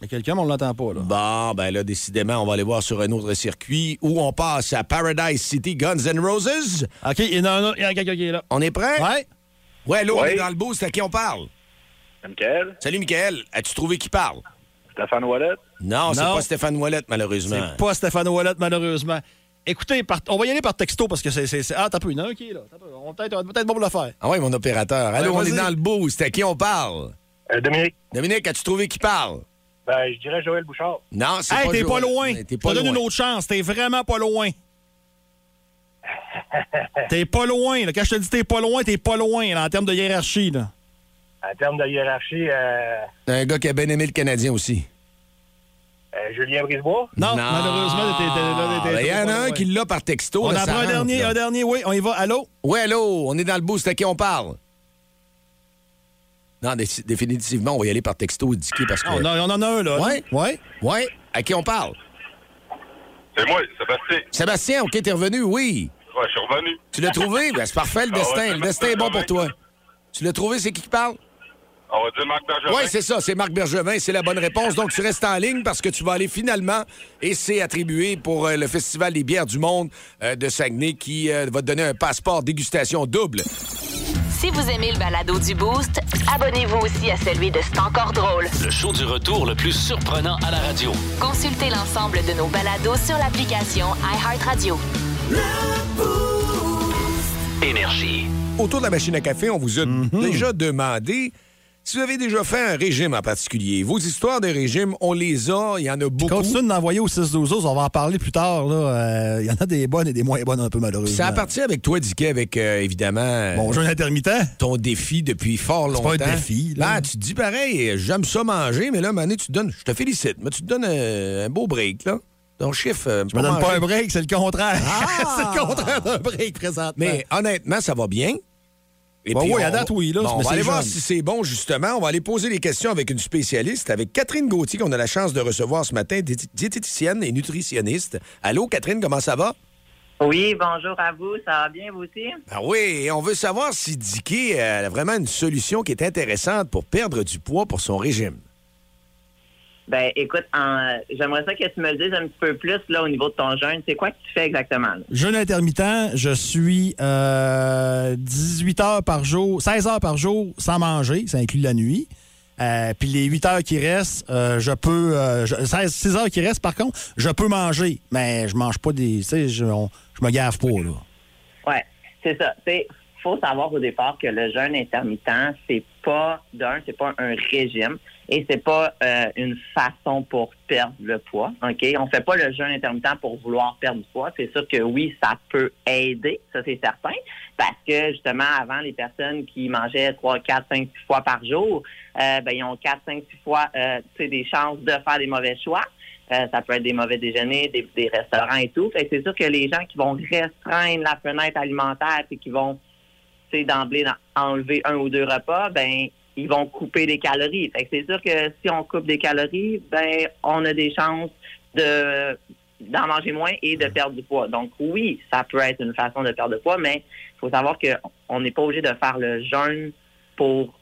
Mais quelqu'un, mais on l'entend pas, là.
Bon, ben là, décidément, on va aller voir sur un autre circuit où on passe à Paradise City Guns N' Roses.
OK, il y en a un autre. Il y en a quelqu'un qui est là.
On est prêt?
Ouais?
Ouais, allô, on
Ouais.
est dans le boost. À qui on parle?
Michael,
Salut, Michael. As-tu trouvé qui parle?
Stéphane Wallet.
Non, c'est
Non.
pas Stéphane Ouellette, malheureusement.
C'est pas Stéphane Wallet, malheureusement. Écoutez, par- on va y aller par texto parce que c'est. c'est- c'est- Ah, t'as peu une, OK, là. T'as peu. On va peut-être on va peut-être bon pour le faire.
Ah oui, mon opérateur. Allô,
Ouais,
on est
vas-y.
dans le boost. À qui on parle?
Euh, Dominique.
Dominique, as-tu trouvé qui parle?
Ben, je dirais Joël Bouchard.
Non, c'est
Hey,
pas
t'es
Joël.
pas loin.
Mais
Je
T'es
te
pas
donne
loin.
une autre chance. T'es vraiment pas loin. t'es pas loin. Là. Quand je te dis t'es pas loin, t'es pas loin là, en termes de hiérarchie. Là.
En termes de hiérarchie, euh,
Un gars qui a bien aimé le Canadien aussi.
euh, Julien Brisebois.
Non, malheureusement, t'es- t'es- là, t'es-
Ben, Il y
t'es
en
pas
a un
loin.
qui l'a par texto.
On
là,
en
ça
prend un
rentre,
dernier,
là.
un dernier. Oui, on y va. Allô?
Ouais, allô, on est dans le boost. À qui on parle? Non, dé- définitivement, on va y aller par texto indiqué parce que.
Ah,
Non, non, on en a un, là.
Ouais.
non? Ouais.
Ouais, à qui on parle?
C'est moi, Sébastien.
Sébastien, OK, t'es revenu, oui.
Ouais, je suis revenu.
Tu l'as trouvé? Ben, c'est parfait, le
Ah ouais,
destin.
c'est
le
parfait,
destin est bon
Sébastien.
pour toi. Tu l'as trouvé, c'est qui qui parle?
On va dire Marc Bergevin.
Oui, c'est ça, c'est Marc Bergevin, c'est la bonne réponse. Donc, tu restes en ligne parce que tu vas aller finalement, et c'est attribué pour euh, le Festival des bières du monde euh, de Saguenay qui euh, va te donner un passeport dégustation double.
Si vous aimez le balado du Boost, abonnez-vous aussi à celui de C'est encore drôle.
Le show du retour le plus surprenant à la radio.
Consultez l'ensemble de nos balados sur l'application iHeartRadio.
Énergie.
Autour de la machine à café, on vous a
Mhm.
déjà demandé si vous avez déjà fait un régime en particulier. Vos histoires de régime, on les a, il y en a beaucoup.
Continue de l'envoyer au 6 12 on va en parler plus tard. là. Euh, Il y en a des bonnes et des moins bonnes, un peu malheureuses.
Ça a parti avec toi, Diquet, avec euh, évidemment. euh,
Bon, jeûne intermittent.
Ton défi depuis fort
C'est
longtemps.
pas un défi, là.
Ben, tu te dis pareil, euh, j'aime ça manger, mais là, Mané, tu te donnes. Je te félicite, mais tu te donnes euh, un beau break, là. Ton chiffre. euh,
Je me donne pas
manger.
un break, c'est le contraire.
Ah!
c'est le contraire d'un break présentement.
Mais honnêtement, ça va bien. Et
Ben
puis,
oui, à
on-
date, oui, là,
bon, on
mais
va
c'est
aller voir
jeune.
si c'est bon, justement. On va aller poser les questions avec une spécialiste, avec Catherine Gauthier, qu'on a la chance de recevoir ce matin, diété- diététicienne et nutritionniste. Allô, Catherine, comment ça va?
Oui, bonjour à vous. Ça va bien, vous aussi?
Ah oui, et on veut savoir si Dicky euh, a vraiment une solution qui est intéressante pour perdre du poids pour son régime.
Ben, écoute, en- j'aimerais ça que tu me le dises un petit peu plus là, au niveau de ton jeûne. C'est quoi que tu fais exactement? là?
Jeûne intermittent, je suis euh, 18 heures par jour, 16 heures par jour sans manger, ça inclut la nuit. Euh, Puis les 8 heures qui restent, euh, je peux. euh, je- 16, 6 heures qui restent, par contre, je peux manger, mais je mange pas des. Tu sais, je, on- je me gaffe pas, là.
Ouais, c'est ça. Il faut savoir au départ que le jeûne intermittent, c'est pas d'un, c'est pas un régime et c'est pas euh, une façon pour perdre le poids. Ok, on fait pas le jeûne intermittent pour vouloir perdre du poids. C'est sûr que oui, ça peut aider, ça c'est certain, parce que justement avant les personnes qui mangeaient trois, quatre, cinq, six fois par jour, euh, ben ils ont quatre, cinq, six fois, euh, tu sais, des chances de faire des mauvais choix. Euh, ça peut être des mauvais déjeuners, des, des restaurants et tout. Fait que c'est sûr que les gens qui vont restreindre la fenêtre alimentaire et qui vont tu sais, d'emblée dans- enlever un ou deux repas, ben ils vont couper des calories. Fait que c'est sûr que si on coupe des calories, ben on a des chances de d'en manger moins et de perdre du poids. Donc oui, ça peut être une façon de perdre du poids, mais il faut savoir qu'on n'est pas obligé de faire le jeûne pour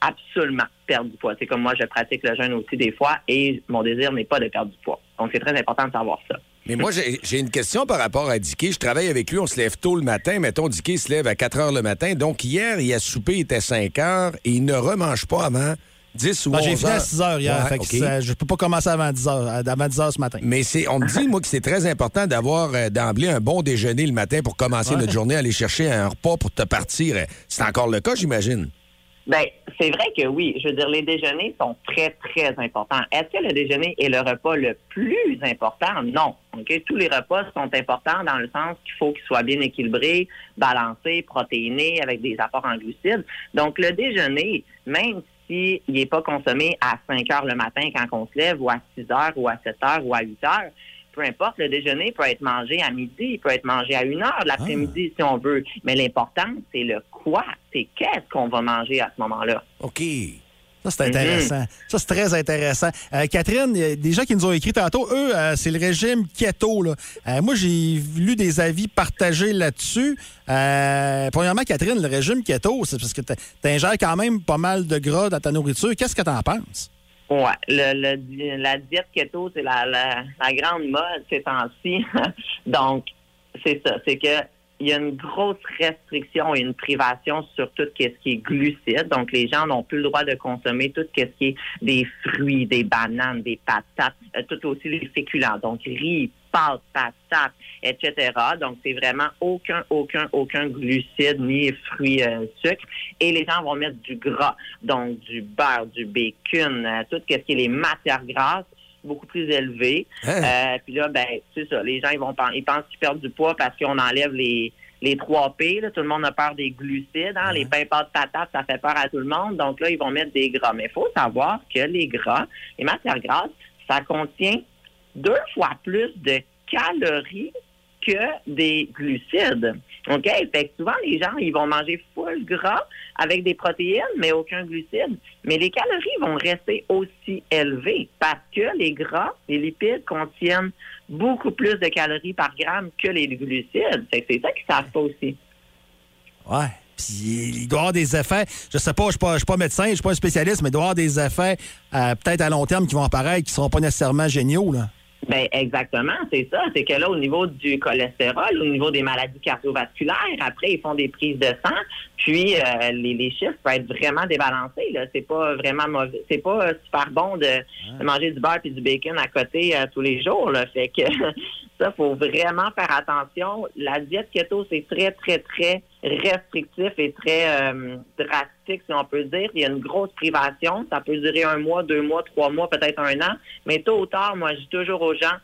absolument perdre du poids. C'est comme moi, je pratique le jeûne aussi des fois et mon désir n'est pas de perdre du poids. Donc, c'est très important de savoir ça.
Mais moi, j'ai j'ai une question par rapport à Dicky. Je travaille avec lui, on se lève tôt le matin. Mettons, Dicky se lève à 4 heures le matin. Donc, hier, il a soupé, il était 5 heures et il ne remange pas avant 10 ou
Non,
11 heures.
Ah, J'ai fini à 6 heures hier,
Ouais,
fait que
OK.
ça- je peux pas commencer avant 10 heures, euh, avant 10 heures ce matin.
Mais c'est, on me dit, moi, que c'est très important d'avoir euh, d'emblée un bon déjeuner le matin pour commencer
Ouais.
notre journée, aller chercher un repas pour te partir. C'est encore le cas, j'imagine.
Ben, c'est vrai que oui. Je veux dire, les déjeuners sont très, très importants. Est-ce que le déjeuner est le repas le plus important? Non. OK? Tous les repas sont importants dans le sens qu'il faut qu'ils soient bien équilibrés, balancés, protéinés, avec des apports en glucides. Donc, le déjeuner, même s'il n'est pas consommé à 5 heures le matin quand on se lève, ou à 6 heures, ou à 7 heures, ou à 8 heures, peu importe, le déjeuner peut être mangé à midi, il peut être mangé à une heure de l'après-midi si on veut. Mais l'important, c'est le quoi, c'est qu'est-ce qu'on va manger à ce moment-là.
OK. Mhm.
Ça, c'est intéressant. Ça, c'est très intéressant. Euh, Catherine, il y a des gens qui nous ont écrit tantôt, eux, euh, c'est le régime keto. Là. Euh, moi, j'ai lu des avis partagés là-dessus. Euh, premièrement, Catherine, le régime keto, c'est parce que tu ingères quand même pas mal de gras dans ta nourriture. Qu'est-ce que tu en penses?
Ouais, le, le- la diète keto, c'est la, la, la grande mode ces temps-ci. Donc, c'est ça. C'est que il y a une grosse restriction et une privation sur tout ce qui est glucide. Donc, les gens n'ont plus le droit de consommer tout ce qui est des fruits, des bananes, des patates, euh, tout aussi les féculents. Donc, riz, pâtes, patates, etc. Donc, c'est vraiment aucun, aucun, aucun glucide ni fruits, euh, sucre. Et les gens vont mettre du gras. Donc, du beurre, du bacon, euh, tout ce qui est les matières grasses beaucoup plus élevées. Euh, puis là, ben, c'est ça. Les gens, ils vont pen- ils pensent qu'ils perdent du poids parce qu'on enlève les les 3 P, là, tout le monde a peur des glucides, hein, les pains pâtes patates, ça fait peur à tout le monde. Donc là, ils vont mettre des gras. Mais il faut savoir que les gras, les matières grasses, ça contient deux fois plus de calories que des glucides. OK? Fait que souvent, les gens, ils vont manger full gras avec des protéines, mais aucun glucide. Mais les calories vont rester aussi élevées parce que les gras, les lipides contiennent beaucoup plus de calories par gramme que les glucides. Fait que c'est ça qu'ils savent pas aussi.
Ouais. Puis il doit y avoir des effets. Je sais pas, je ne suis, pas- je suis pas médecin, je ne suis pas un spécialiste, mais il doit y avoir des effets euh, peut-être à long terme qui vont apparaître, qui ne seront pas nécessairement géniaux. Là.
Ben exactement, c'est ça. C'est que là, au niveau du cholestérol, au niveau des maladies cardiovasculaires, après, ils font des prises de sang, puis euh, les, les chiffres peuvent être vraiment débalancés. Là, c'est pas vraiment mauvais, c'est pas euh, super bon de, de manger du beurre puis du bacon à côté euh, tous les jours. Là, fait que ça, faut vraiment faire attention. La diète keto, c'est très très très restrictif et très euh, drastique, si on peut dire. Il y a une grosse privation. Ça peut durer un mois, deux mois, trois mois, peut-être un an. Mais tôt ou tard, moi, je dis toujours aux gens,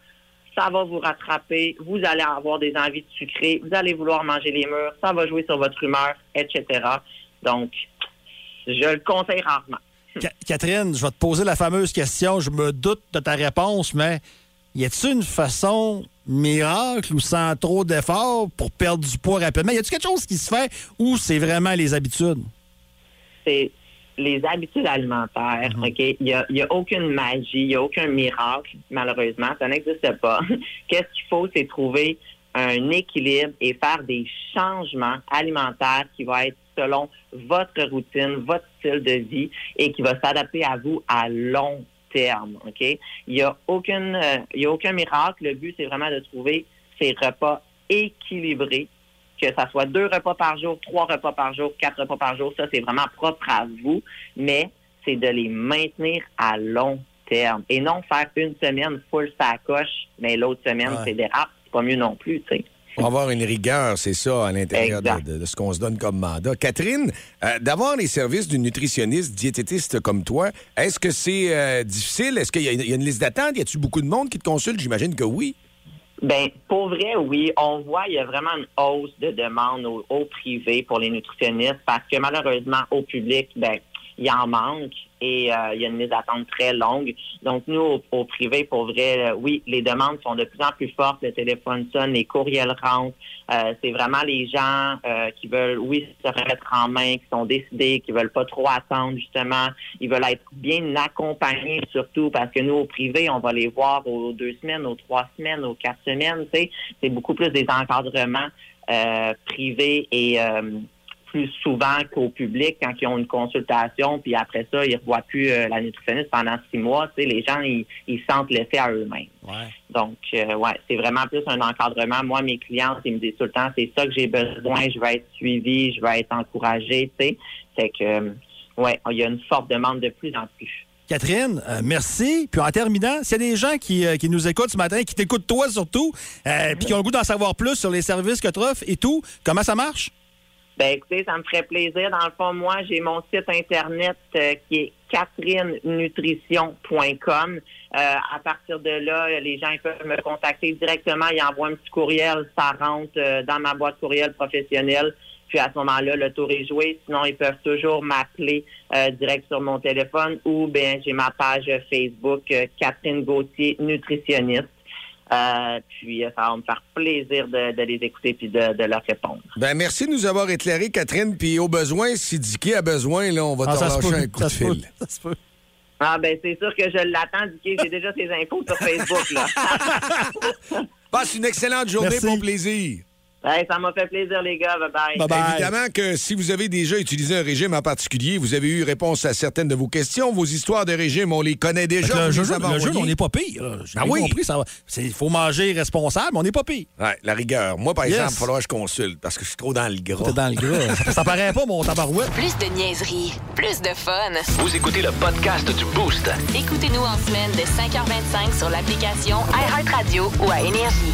ça va vous rattraper. Vous allez avoir des envies de sucrer. Vous allez vouloir manger les murs. Ça va jouer sur votre humeur, etc. Donc, je le conseille rarement.
Ca- Catherine, je vais te poser la fameuse question. Je me doute de ta réponse, mais y a-t-il une façon miracle ou sans trop d'efforts pour perdre du poids rapidement? Y a-t-il quelque chose qui se fait ou c'est vraiment les habitudes?
c'est les habitudes alimentaires. OK? Il n'y a, il y a aucune magie, il n'y a aucun miracle, malheureusement. Ça n'existe pas. Qu'est-ce qu'il faut, c'est trouver un équilibre et faire des changements alimentaires qui vont être selon votre routine, votre style de vie et qui va s'adapter à vous à long terme. OK? Il n'y a, aucune, euh, il y a aucun miracle. Le but, c'est vraiment de trouver ces repas équilibrés que ça soit deux repas par jour, trois repas par jour, quatre repas par jour, ça c'est vraiment propre à vous, mais c'est de les maintenir à long terme et non faire une semaine full sacoche, mais l'autre semaine
Ouais.
c'est des rap, c'est pas mieux non plus, tu sais.
Pour avoir une rigueur, c'est ça, à l'intérieur de,
Exact.
de- de ce qu'on se donne comme mandat. Catherine, euh, d'avoir les services d'une nutritionniste diététiste comme toi, est-ce que c'est euh, difficile? Est-ce qu'il y, a une- il y a une liste d'attente? Y a-tu beaucoup de monde qui te consulte? J'imagine que oui.
Ben, pour vrai, oui. On voit, il y a vraiment une hausse de demande au, au privé pour les nutritionnistes parce que malheureusement, au public, ben, il en manque et euh, il y a une mise d'attente très longue. Donc, nous, au, au privé, pour vrai, euh, oui, les demandes sont de plus en plus fortes. Le téléphone sonne, les courriels rentrent. Euh, c'est vraiment les gens euh, qui veulent, oui, se remettre en main, qui sont décidés, qui veulent pas trop attendre, justement. Ils veulent être bien accompagnés, surtout, parce que nous, au privé, on va les voir aux deux semaines, aux trois semaines, aux quatre semaines, tu sais. C'est beaucoup plus des encadrements euh, privés et euh, plus souvent qu'au public quand ils ont une consultation, puis après ça, ils ne revoient plus euh, la nutritionniste pendant six mois. Tu sais, les gens, ils, ils sentent laissés à eux-mêmes. Donc, euh, ouais, c'est vraiment plus un encadrement. Moi, mes clientes, ils me disent tout le temps, c'est ça que j'ai besoin, je vais être suivie, je vais être encouragée, tu sais. Fait que, euh, ouais, il y a une forte demande de plus en plus.
Catherine, euh, merci. Puis en terminant, s'il y a des gens qui, euh, qui nous écoutent ce matin, qui t'écoutent toi surtout, euh, puis qui ont le goût d'en savoir plus sur les services que tu offres et tout, comment ça marche?
Ben, écoutez, ça me ferait plaisir. Dans le fond, moi, j'ai mon site Internet euh, qui est catherinenutrition.com. Euh, à partir de là, les gens ils peuvent me contacter directement. Ils envoient un petit courriel. Ça rentre euh, dans ma boîte courriel professionnelle. Puis à ce moment-là, le tour est joué. Sinon, ils peuvent toujours m'appeler euh, direct sur mon téléphone ou ben j'ai ma page Facebook euh, Catherine Gauthier Nutritionniste. Euh, puis euh, ça va me faire plaisir de, de les écouter puis de- de leur répondre.
Ben, merci de nous avoir éclairé, Catherine. Puis au besoin, si Dicky a besoin, là, on va
Ah,
te
ça se
relâcher
peut,
un coup
ça
de
se
fil.
peut, ça se peut.
Ah ben c'est sûr que je l'attends, Dicky. J'ai déjà ses infos sur Facebook là.
Passe une excellente journée, bon plaisir.
Ben, ça m'a fait plaisir les gars. Bye bye.
Évidemment que si vous avez déjà utilisé un régime en particulier, vous avez eu réponse à certaines de vos questions. Vos histoires de régime, on les connaît
Fait que
déjà.
le
vous
jeu,
les avez
le jeu,
envoyées.
on n'est pas pire. là. J'ai
Ah
bien
oui.
compris, ça va. C'est- Il faut manger responsable, mais on n'est pas pire.
Ouais, la rigueur. Moi, par
Yes.
exemple, il va falloir que je consulte parce que je suis trop dans le gras.
T'es dans le gras. ça, ça paraît pas, mon tabarouette.
Plus de niaiserie, plus de fun.
Vous écoutez le podcast du Boost.
Écoutez-nous en semaine de 5h25 sur l'application iHeartRadio ou à Énergie.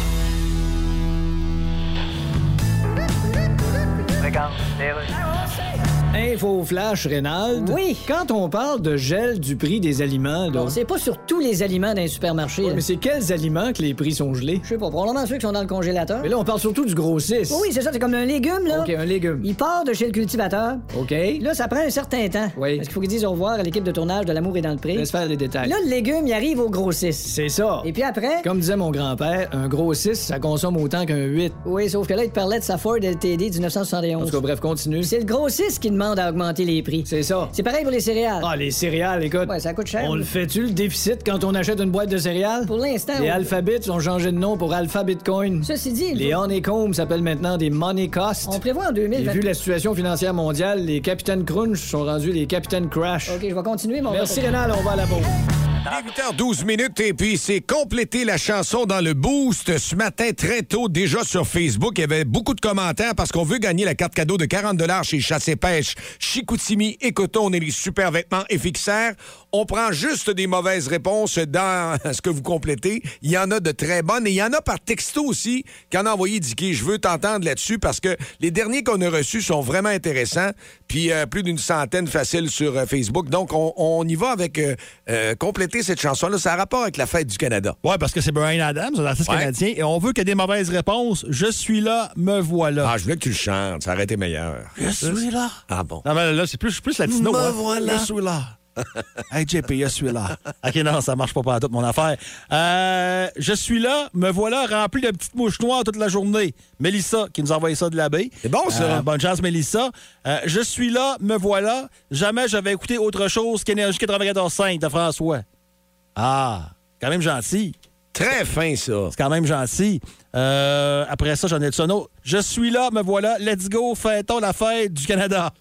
Info flash, Reynald. Oui. Quand on parle de gel du prix des aliments, là.
Bon, c'est pas sur tous les aliments d'un supermarché.
Ouais,
là.
mais c'est quels aliments que les prix sont gelés?
Je sais pas, probablement ceux qui sont dans le congélateur.
Mais là, on parle surtout du grossiste.
Oui, oui, c'est ça, c'est comme un légume, là.
OK, un légume.
Il part de chez le cultivateur.
OK.
Là, ça prend un certain temps.
Oui.
Parce qu'il faut qu'ils disent au revoir à l'équipe de tournage de L'amour et dans le prix.
Laisse faire les détails.
Là, le légume, il arrive au grossiste.
C'est ça.
Et puis après,
Comme disait mon grand-père, un gros 6, ça consomme autant qu'un 8.
oui, sauf que là, il te parlait de sa Ford LTD du
En tout
971.
cas, bref, continue.
C'est le grossiste qui demande à augmenter les prix.
C'est ça.
C'est pareil pour les céréales.
Ah, les céréales, écoute.
Ouais, ça coûte cher.
On le fait-tu, le déficit, quand on achète une boîte de céréales?
Pour l'instant,
Les
on-
Alphabets ont changé de nom pour Alpha Bitcoin.
Ceci dit,
Les Honeycomb s'appellent maintenant des Money Cost.
on prévoit en
Et
2020.
vu la situation financière mondiale, les Capitaines Crunch sont rendus les Capitaines Crash.
OK, je vais continuer mon
Merci Rénal, on va à la pause.
Il est 8h12 minutes et puis c'est complété la chanson dans le boost ce matin très tôt déjà sur Facebook. Il y avait beaucoup de commentaires parce qu'on veut gagner la carte cadeau de 40 chez Chasse et Pêche, Chicoutimi et Coton. On est les super vêtements et fixaires. On prend juste des mauvaises réponses dans ce que vous complétez. Il y en a de très bonnes et il y en a par texto aussi qu'en a envoyé Dicky. Je veux t'entendre là-dessus parce que les derniers qu'on a reçus sont vraiment intéressants. Puis euh, plus d'une centaine facile sur euh, Facebook. Donc on, on y va avec euh, euh, compléter cette chanson-là. Ça a rapport avec la fête du Canada.
Oui, parce que c'est Brian Adams, un artiste
Ouais.
canadien, et on veut que des mauvaises réponses. Je suis là, me voilà.
Ah, je voulais que tu le chantes. Ça aurait été meilleur.
je suis là.
Ah bon.
Non, mais là, c'est plus, plus latino.
Me
hein.
voilà.
Je suis là. hey, JP, je suis là. OK, non, ça marche pas pas toute mon affaire. Euh, je suis là, me voilà rempli de petites mouches noires toute la journée. Mélissa, qui nous a envoyé ça de la baie.
C'est bon, ça.
Euh, bonne chance, Mélissa. Euh, je suis là, me voilà. Jamais j'avais écouté autre chose qu'Énergie 94.5 de François. Ah, quand même gentil.
Très fin, ça.
C'est quand même gentil. Euh, après ça, j'en ai de un autre. Je suis là, me voilà. Let's go, fêtons la fête du Canada.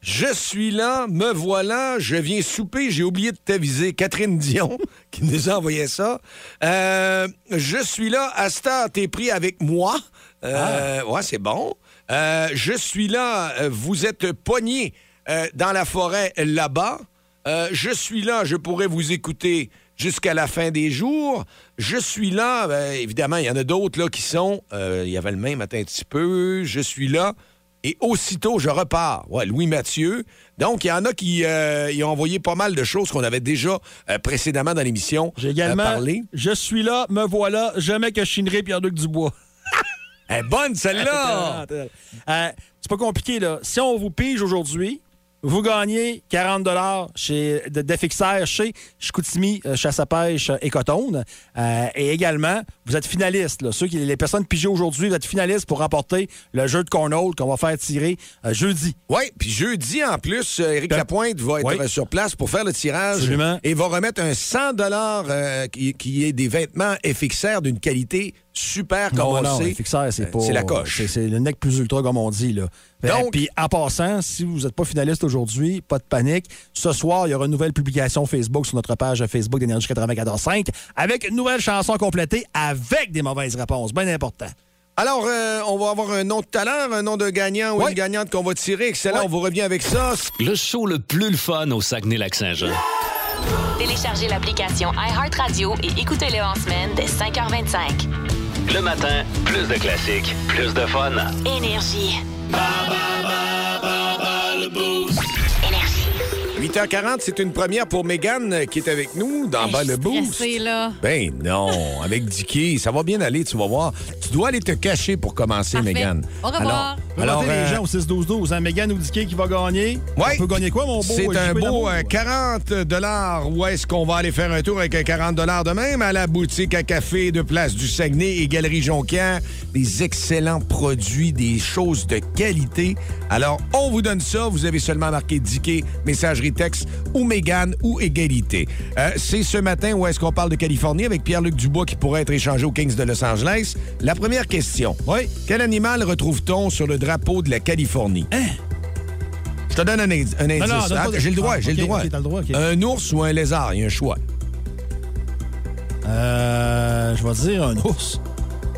Je suis là, me voilà, je viens souper, j'ai oublié de t'aviser. Catherine Dion qui nous a envoyé ça. Euh, je suis là, à cette heure, t'es pris avec moi. Euh, Ouais, c'est bon. Euh, je suis là, euh, vous êtes poigné dans la forêt là-bas. Euh, je suis là, je pourrais vous écouter jusqu'à la fin des jours. Je suis là, ben, évidemment, il y en a d'autres là qui sont. euh, Il y avait le même matin un petit peu. Je suis là. Et aussitôt, je repars. Ouais, Louis Mathieu. Donc, il y en a qui euh, ils ont envoyé pas mal de choses qu'on avait déjà euh, précédemment dans l'émission
J'ai également.
euh, parlé.
Je suis là, me voilà. Jamais que je chinerai Pierre-Luc Dubois.
Elle est Eh, bonne, celle-là!
Euh, c'est pas compliqué, là. Si on vous pige aujourd'hui, vous gagnez 40 chez de, de fixaire chez Chicoutimi, euh, Chasse à pêche euh, et Cotonne. Euh, et également, vous êtes finaliste. Là. Ceux qui, les personnes pigées aujourd'hui, vous êtes finalistes pour remporter le jeu de Cornhole qu'on va faire tirer euh, jeudi.
Oui, puis jeudi, en plus, euh, Éric
Ben-
Lapointe va être
Oui.
euh, sur place pour faire le tirage
Absolument.
et va remettre un 100 euh, qui, qui est des vêtements FXR d'une qualité super, comme on
Non,
le
non,
sait.
les fixaires, c'est
Euh,
pas.
C'est la coche.
C'est- C'est le nec plus ultra, comme on dit. Là. Fait-
Donc-
Puis, en passant, si vous n'êtes pas finaliste aujourd'hui, pas de panique. Ce soir, il y aura une nouvelle publication Facebook sur notre page Facebook d'Énergie 94.5 avec une nouvelle chanson complétée avec des mauvaises réponses. Bien important.
Alors, euh, on va avoir un nom de talent, un nom de gagnant ou
Oui.
une gagnante qu'on va tirer. Excellent, on vous revient avec ça.
Le show le plus le fun au Saguenay-Lac-Saint-Jean.
Téléchargez l'application iHeartRadio et écoutez-le en semaine dès 5h25.
Le matin, plus de classiques, plus de fun.
Énergie. Énergie.
8h40, c'est une première pour Megan euh, qui est avec nous dans
Hey,
Bas
je
Ben, le
suis
Boost.
stressée, là.
Ben non, avec Dicky, ça va bien aller, tu vas voir. Tu dois aller te cacher pour commencer,
Parfait.
Megan.
Au revoir.
Alors, alors,
Votez
euh,
les gens au 6-12-12, hein, Mégane ou Dicky qui va gagner.
Ouais.
On peut gagner quoi, mon beau?
c'est un
JP
beau
Lamour?
euh, 40 Où est-ce qu'on va aller faire un tour avec un 40 de même à la boutique à café de Place du Saguenay et Galerie Jonquière? Des excellents produits, des choses de qualité. Alors, on vous donne ça. Vous avez seulement marqué Dicky, messagerie texte ou Mégane ou égalité. Euh, c'est ce matin où est-ce qu'on parle de Californie avec Pierre-Luc Dubois qui pourrait être échangé aux Kings de Los Angeles. La première question.
Oui.
Quel animal retrouve-t-on sur le drapeau de la Californie? Je te donne un, indi- un indice.
non, donne
Ah,
pas de-
J'ai le droit,
Ah,
j'ai le
ok,
droit.
ok, t'as le droit, ok.
Un ours ou un lézard, il y a un choix.
Euh, je vais dire un ours.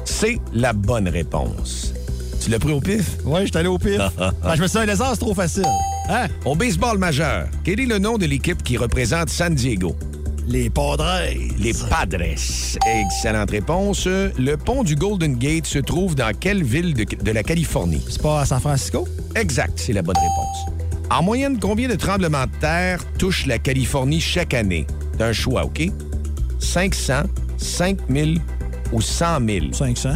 C'est la bonne réponse. Tu l'as pris au pif?
Oui, je suis allé au pif. Ben, je me suis dit, un lézard, c'est trop facile. Hein?
Au baseball majeur, quel est le nom de l'équipe qui représente San Diego?
Les padres.
Les Padres. Excellente réponse. Le pont du Golden Gate se trouve dans quelle ville de, de la Californie?
C'est pas à San Francisco?
Oh, Exact, c'est la bonne réponse. En moyenne, combien de tremblements de terre touchent la Californie chaque année? D'un choix, OK? 500, 5000 ou 100 000?
500.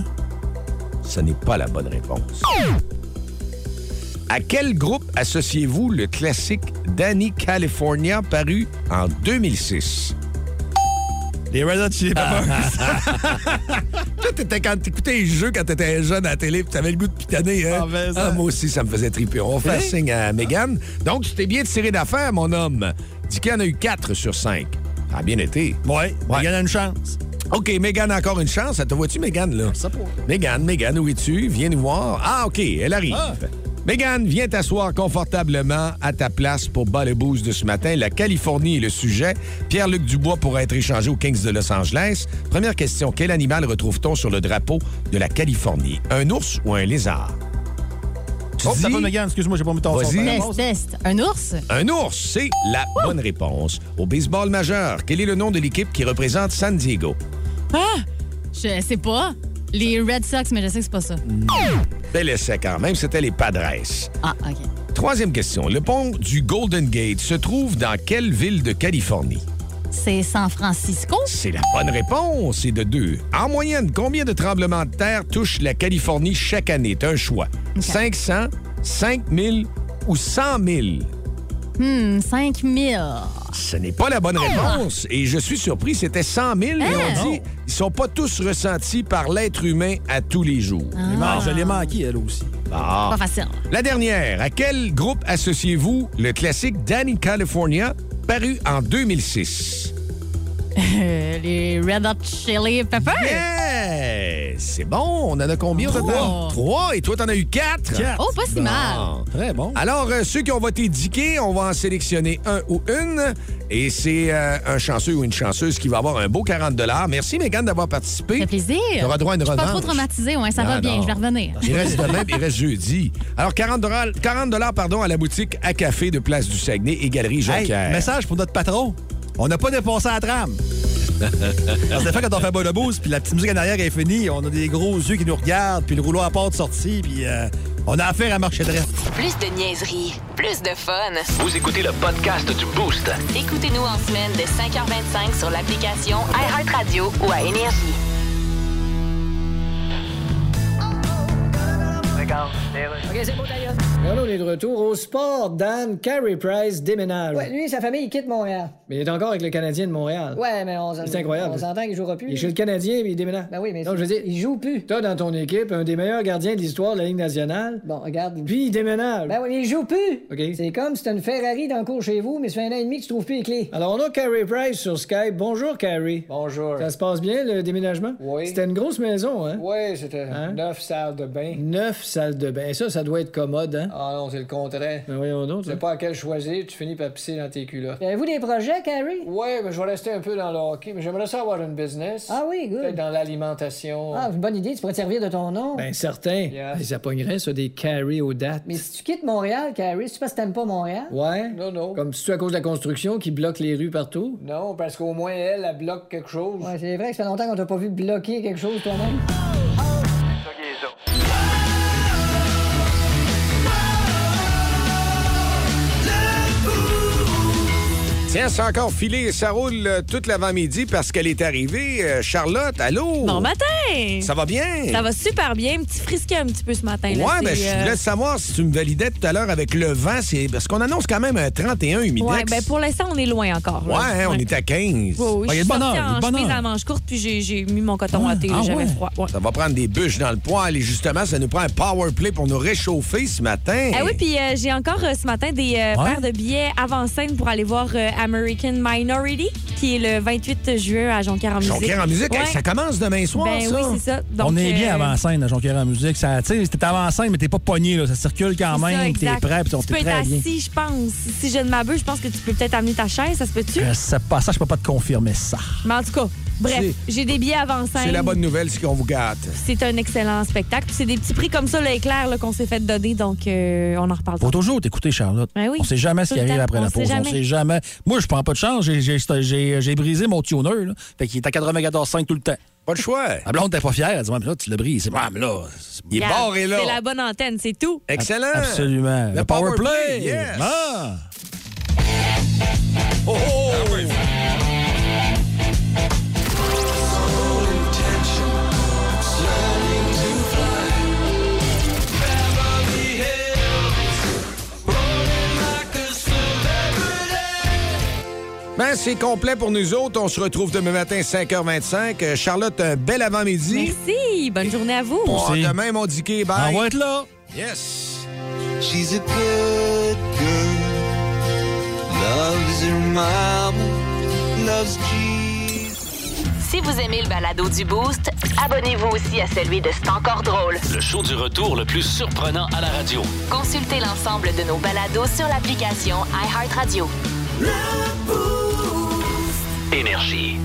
Ce n'est pas la bonne réponse. À quel groupe associez-vous le classique Danny California paru en 2006?
Ah. Les Red Hot Chili Peppers.
Là, t'étais quand t'écoutais les jeux quand t'étais jeune à la télé, puis t'avais le goût de pitonner, hein? Ah, moi aussi, ça me faisait triper. On fait
Hein?
signe à Mégane. Donc, tu t'es bien tiré d'affaire, mon homme. Dicky en a eu 4 sur 5. Ça a bien été. Ouais, Mégane a une chance. OK, Mégane a encore une chance. Ça te vois-tu, Mégane, là? Ça pour. Mégane, Mégane, où es-tu? Viens nous voir. Ah, OK, elle arrive.
Ah.
Mégane, viens t'asseoir confortablement à ta place pour bas le boost de ce matin. La Californie est le sujet. Pierre-Luc Dubois pourra être échangé aux Kings de Los Angeles. Première question, quel animal retrouve-t-on sur le drapeau de la Californie? Un ours ou un lézard? Tu
Oh,
dis-
ça fait Megan, excuse-moi, j'ai pas mis ton son.
Vas-y.
Test, test. Un ours?
Un ours, c'est la bonne réponse. Au baseball majeur, quel est le nom de l'équipe qui représente San Diego?
Ah! Je sais pas. Les Red Sox, mais je sais que c'est pas ça.
Bel essai quand même, c'était les Padres.
Ah, OK.
Troisième question, le pont du Golden Gate se trouve dans quelle ville de Californie?
C'est San Francisco?
C'est la bonne réponse, c'est de deux. En moyenne, combien de tremblements de terre touchent la Californie chaque année? T'as un choix. 500, 5000 ou 100 000?
Hmm, 5 000.
Ce n'est pas la bonne réponse. Et je suis surpris, c'était 100 000, mais
Hein?
on dit ils sont pas tous ressentis par l'être humain à tous les jours.
Ah, je l'ai manqué, elle aussi.
Ah.
Pas facile.
La dernière, à quel groupe associez-vous le classique Danny California paru en 2006?
Euh, les Red Hot Chili Peppers?
Hey, c'est bon, on en a combien au total?
Trois.
Trois, et toi, t'en as eu quatre.
Quatre. Oh, pas si
Ah.
ah.
mal.
Très bon. Alors, euh, ceux qui ont voté Dicky, on va en sélectionner un ou une. Et c'est euh, un chanceux ou une chanceuse qui va avoir un beau 40 Merci, Mégane, d'avoir participé. Ça
plaisir.
Tu auras droit à une
Je suis
revanche.
pas trop traumatisée, ouais, ça
Non,
va bien,
non.
je vais revenir.
Il reste demain, puis il reste jeudi. Alors, 40 40 pardon, à la boutique à café de Place du Saguenay et Galerie
Hey,
Jonquière.
message pour notre patron. On n'a pas dépensé la trame. Parce que des fois, quand on fait bonne bouse, puis la petite musique en arrière est finie, on a des gros yeux qui nous regardent, puis le rouleau à porte sorti, puis euh, on a affaire à marcher droit.
Plus de niaiserie, plus de fun.
Vous écoutez le podcast du Boost.
Écoutez-nous en semaine de 5h25 sur l'application iHeartRadio ou à Énergie.
OK, c'est beau, ta gueule.
Là, on est de retour au sport. Dan Carey Price déménage.
Ouais, lui, sa famille, il quitte Montréal.
Mais il est encore avec le Canadien de Montréal.
Ouais, mais on
C'est incroyable.
On s'entend qu'il jouera plus.
Il est chez le Canadien, mais il déménage.
Ben oui, mais
Non, je veux dire,
il joue plus.
T'as dans ton équipe un des meilleurs gardiens de l'histoire de la Ligue nationale.
Bon, regarde.
Puis il déménage.
Ben oui, mais il joue plus.
OK.
C'est comme si t'as une Ferrari dans le cours chez vous, mais ça fait un an et demi que tu trouves plus les clés.
Alors, on a Carey Price sur Skype. Bonjour, Carey.
Bonjour.
Ça se passe bien, le déménagement?
Oui.
C'était une grosse maison, hein?
Oui, c'était
Hein?
neuf salles de bain.
Neuf salles de bain. Ça, ça doit être commode, hein?
Ah non, c'est le contraire.
Ben voyons donc.
Tu sais pas à quel choisir, tu finis par pisser dans tes culottes.
Avez-vous des projets, Carrie?
Ouais, mais je vais rester un peu dans le hockey, mais j'aimerais ça avoir une business.
Ah oui, good.
Peut-être dans l'alimentation.
Ah, c'est une bonne idée, tu pourrais te servir de ton nom.
Ben certain. Ça pognerait, ça, des Carey aux dates.
Mais si tu quittes Montréal, Carrie, c'est parce que t'aimes pas Montréal?
Ouais?
Non, non.
Comme si tu à cause de la construction qui bloque les rues partout?
Non, parce qu'au moins elle, elle bloque quelque chose.
Ouais, c'est vrai que ça fait longtemps qu'on t'a pas vu bloquer quelque chose toi-même.
Tiens, c'est encore filé, ça roule euh, toute l'avant-midi parce qu'elle est arrivée. Euh, Charlotte, allô?
Bon matin!
Ça va bien?
Ça va super bien. Un petit frisquet un petit peu ce matin. là.
Ouais,
C'est,
ben, je
euh,
voulais savoir si tu me validais tout à l'heure avec le vent, c'est parce qu'on annonce quand même un 31 humidex.
ouais, ben, pour l'instant, on est loin encore.
Ouais,
là.
hein, on
Ouais.
est à 15.
Oui, oui,
Ah,
je
il y a
suis
de bonne
sortie
heure, il y a
en
de bonne
chemise
heure.
à manches courtes, puis j'ai- j'ai mis mon coton à thé.
Ah,
J'avais
ouais.
froid.
Eh
Ça va prendre des bûches dans le poêle et justement, ça nous prend un power play pour nous réchauffer ce matin.
Ah oui, puis euh, j'ai encore euh, ce matin des euh, paires de billets avant-scène pour aller voir euh, American Minority, qui est le 28 juin à Jonquière en musique.
Jonquière en musique, hey,
Ouais.
ça commence demain soir,
ben,
ça.
oui, c'est ça. Donc,
on est bien
euh,
avant scène à Jonquière en musique. Ça, tu sais, t'es avant scène, mais t'es pas pogné, là. Ça circule quand
c'est ça,
même, puis t'es
exact.
prêt, puis on
Tu peux
t'es
être
très bien.
assis, je pense. Si je ne m'abuse, je pense que tu peux peut-être amener ta chaise, ça se peut-tu?
Euh, ça, pas, ça, je peux pas te confirmer ça.
Mais en tout cas, bref,
C'est-
j'ai des billets avant scène.
C'est la bonne nouvelle, c'est qu'on vous gâte.
C'est un excellent spectacle. Puis C'est des petits prix comme ça, le éclair, là, qu'on s'est fait donner, donc euh, on en reparle.
Faut toujours t'écouter, Charlotte.
Ben oui.
On sait jamais ce
Tout
qui
le
arrive
temps.
après
On
la
sait
pause.
jamais.
On sait jamais. Moi, je prends pas de chance. J'ai- J'ai j'ai- j'ai brisé mon tuner. Là. Fait qu'il est à 94,5 tout le temps.
Pas de choix. Ah,
La blonde t'es pas fière. Elle dit Ouais, mais là, tu le brises. Ouais, mais là, c'est-
Ah, Regarde, C'est la bonne antenne, c'est tout.
Excellent.
Absolument. Le, power play.
yes.
Ah!
Oh, oh, oh. Ben, Maintenant, c'est complet pour nous autres. On se retrouve demain matin, 5h25. Euh, Charlotte, un bel avant-midi.
Merci. Bonne journée à vous.
Bon, à demain, mon diquet. Bye.
On va être là.
Yes.
She's a good girl. Loves her mom. Loves
Si vous aimez le balado du Boost, abonnez-vous aussi à celui de C'est encore drôle.
Le show du retour le plus surprenant à la radio.
Consultez l'ensemble de nos balados sur l'application iHeartRadio.
Énergie.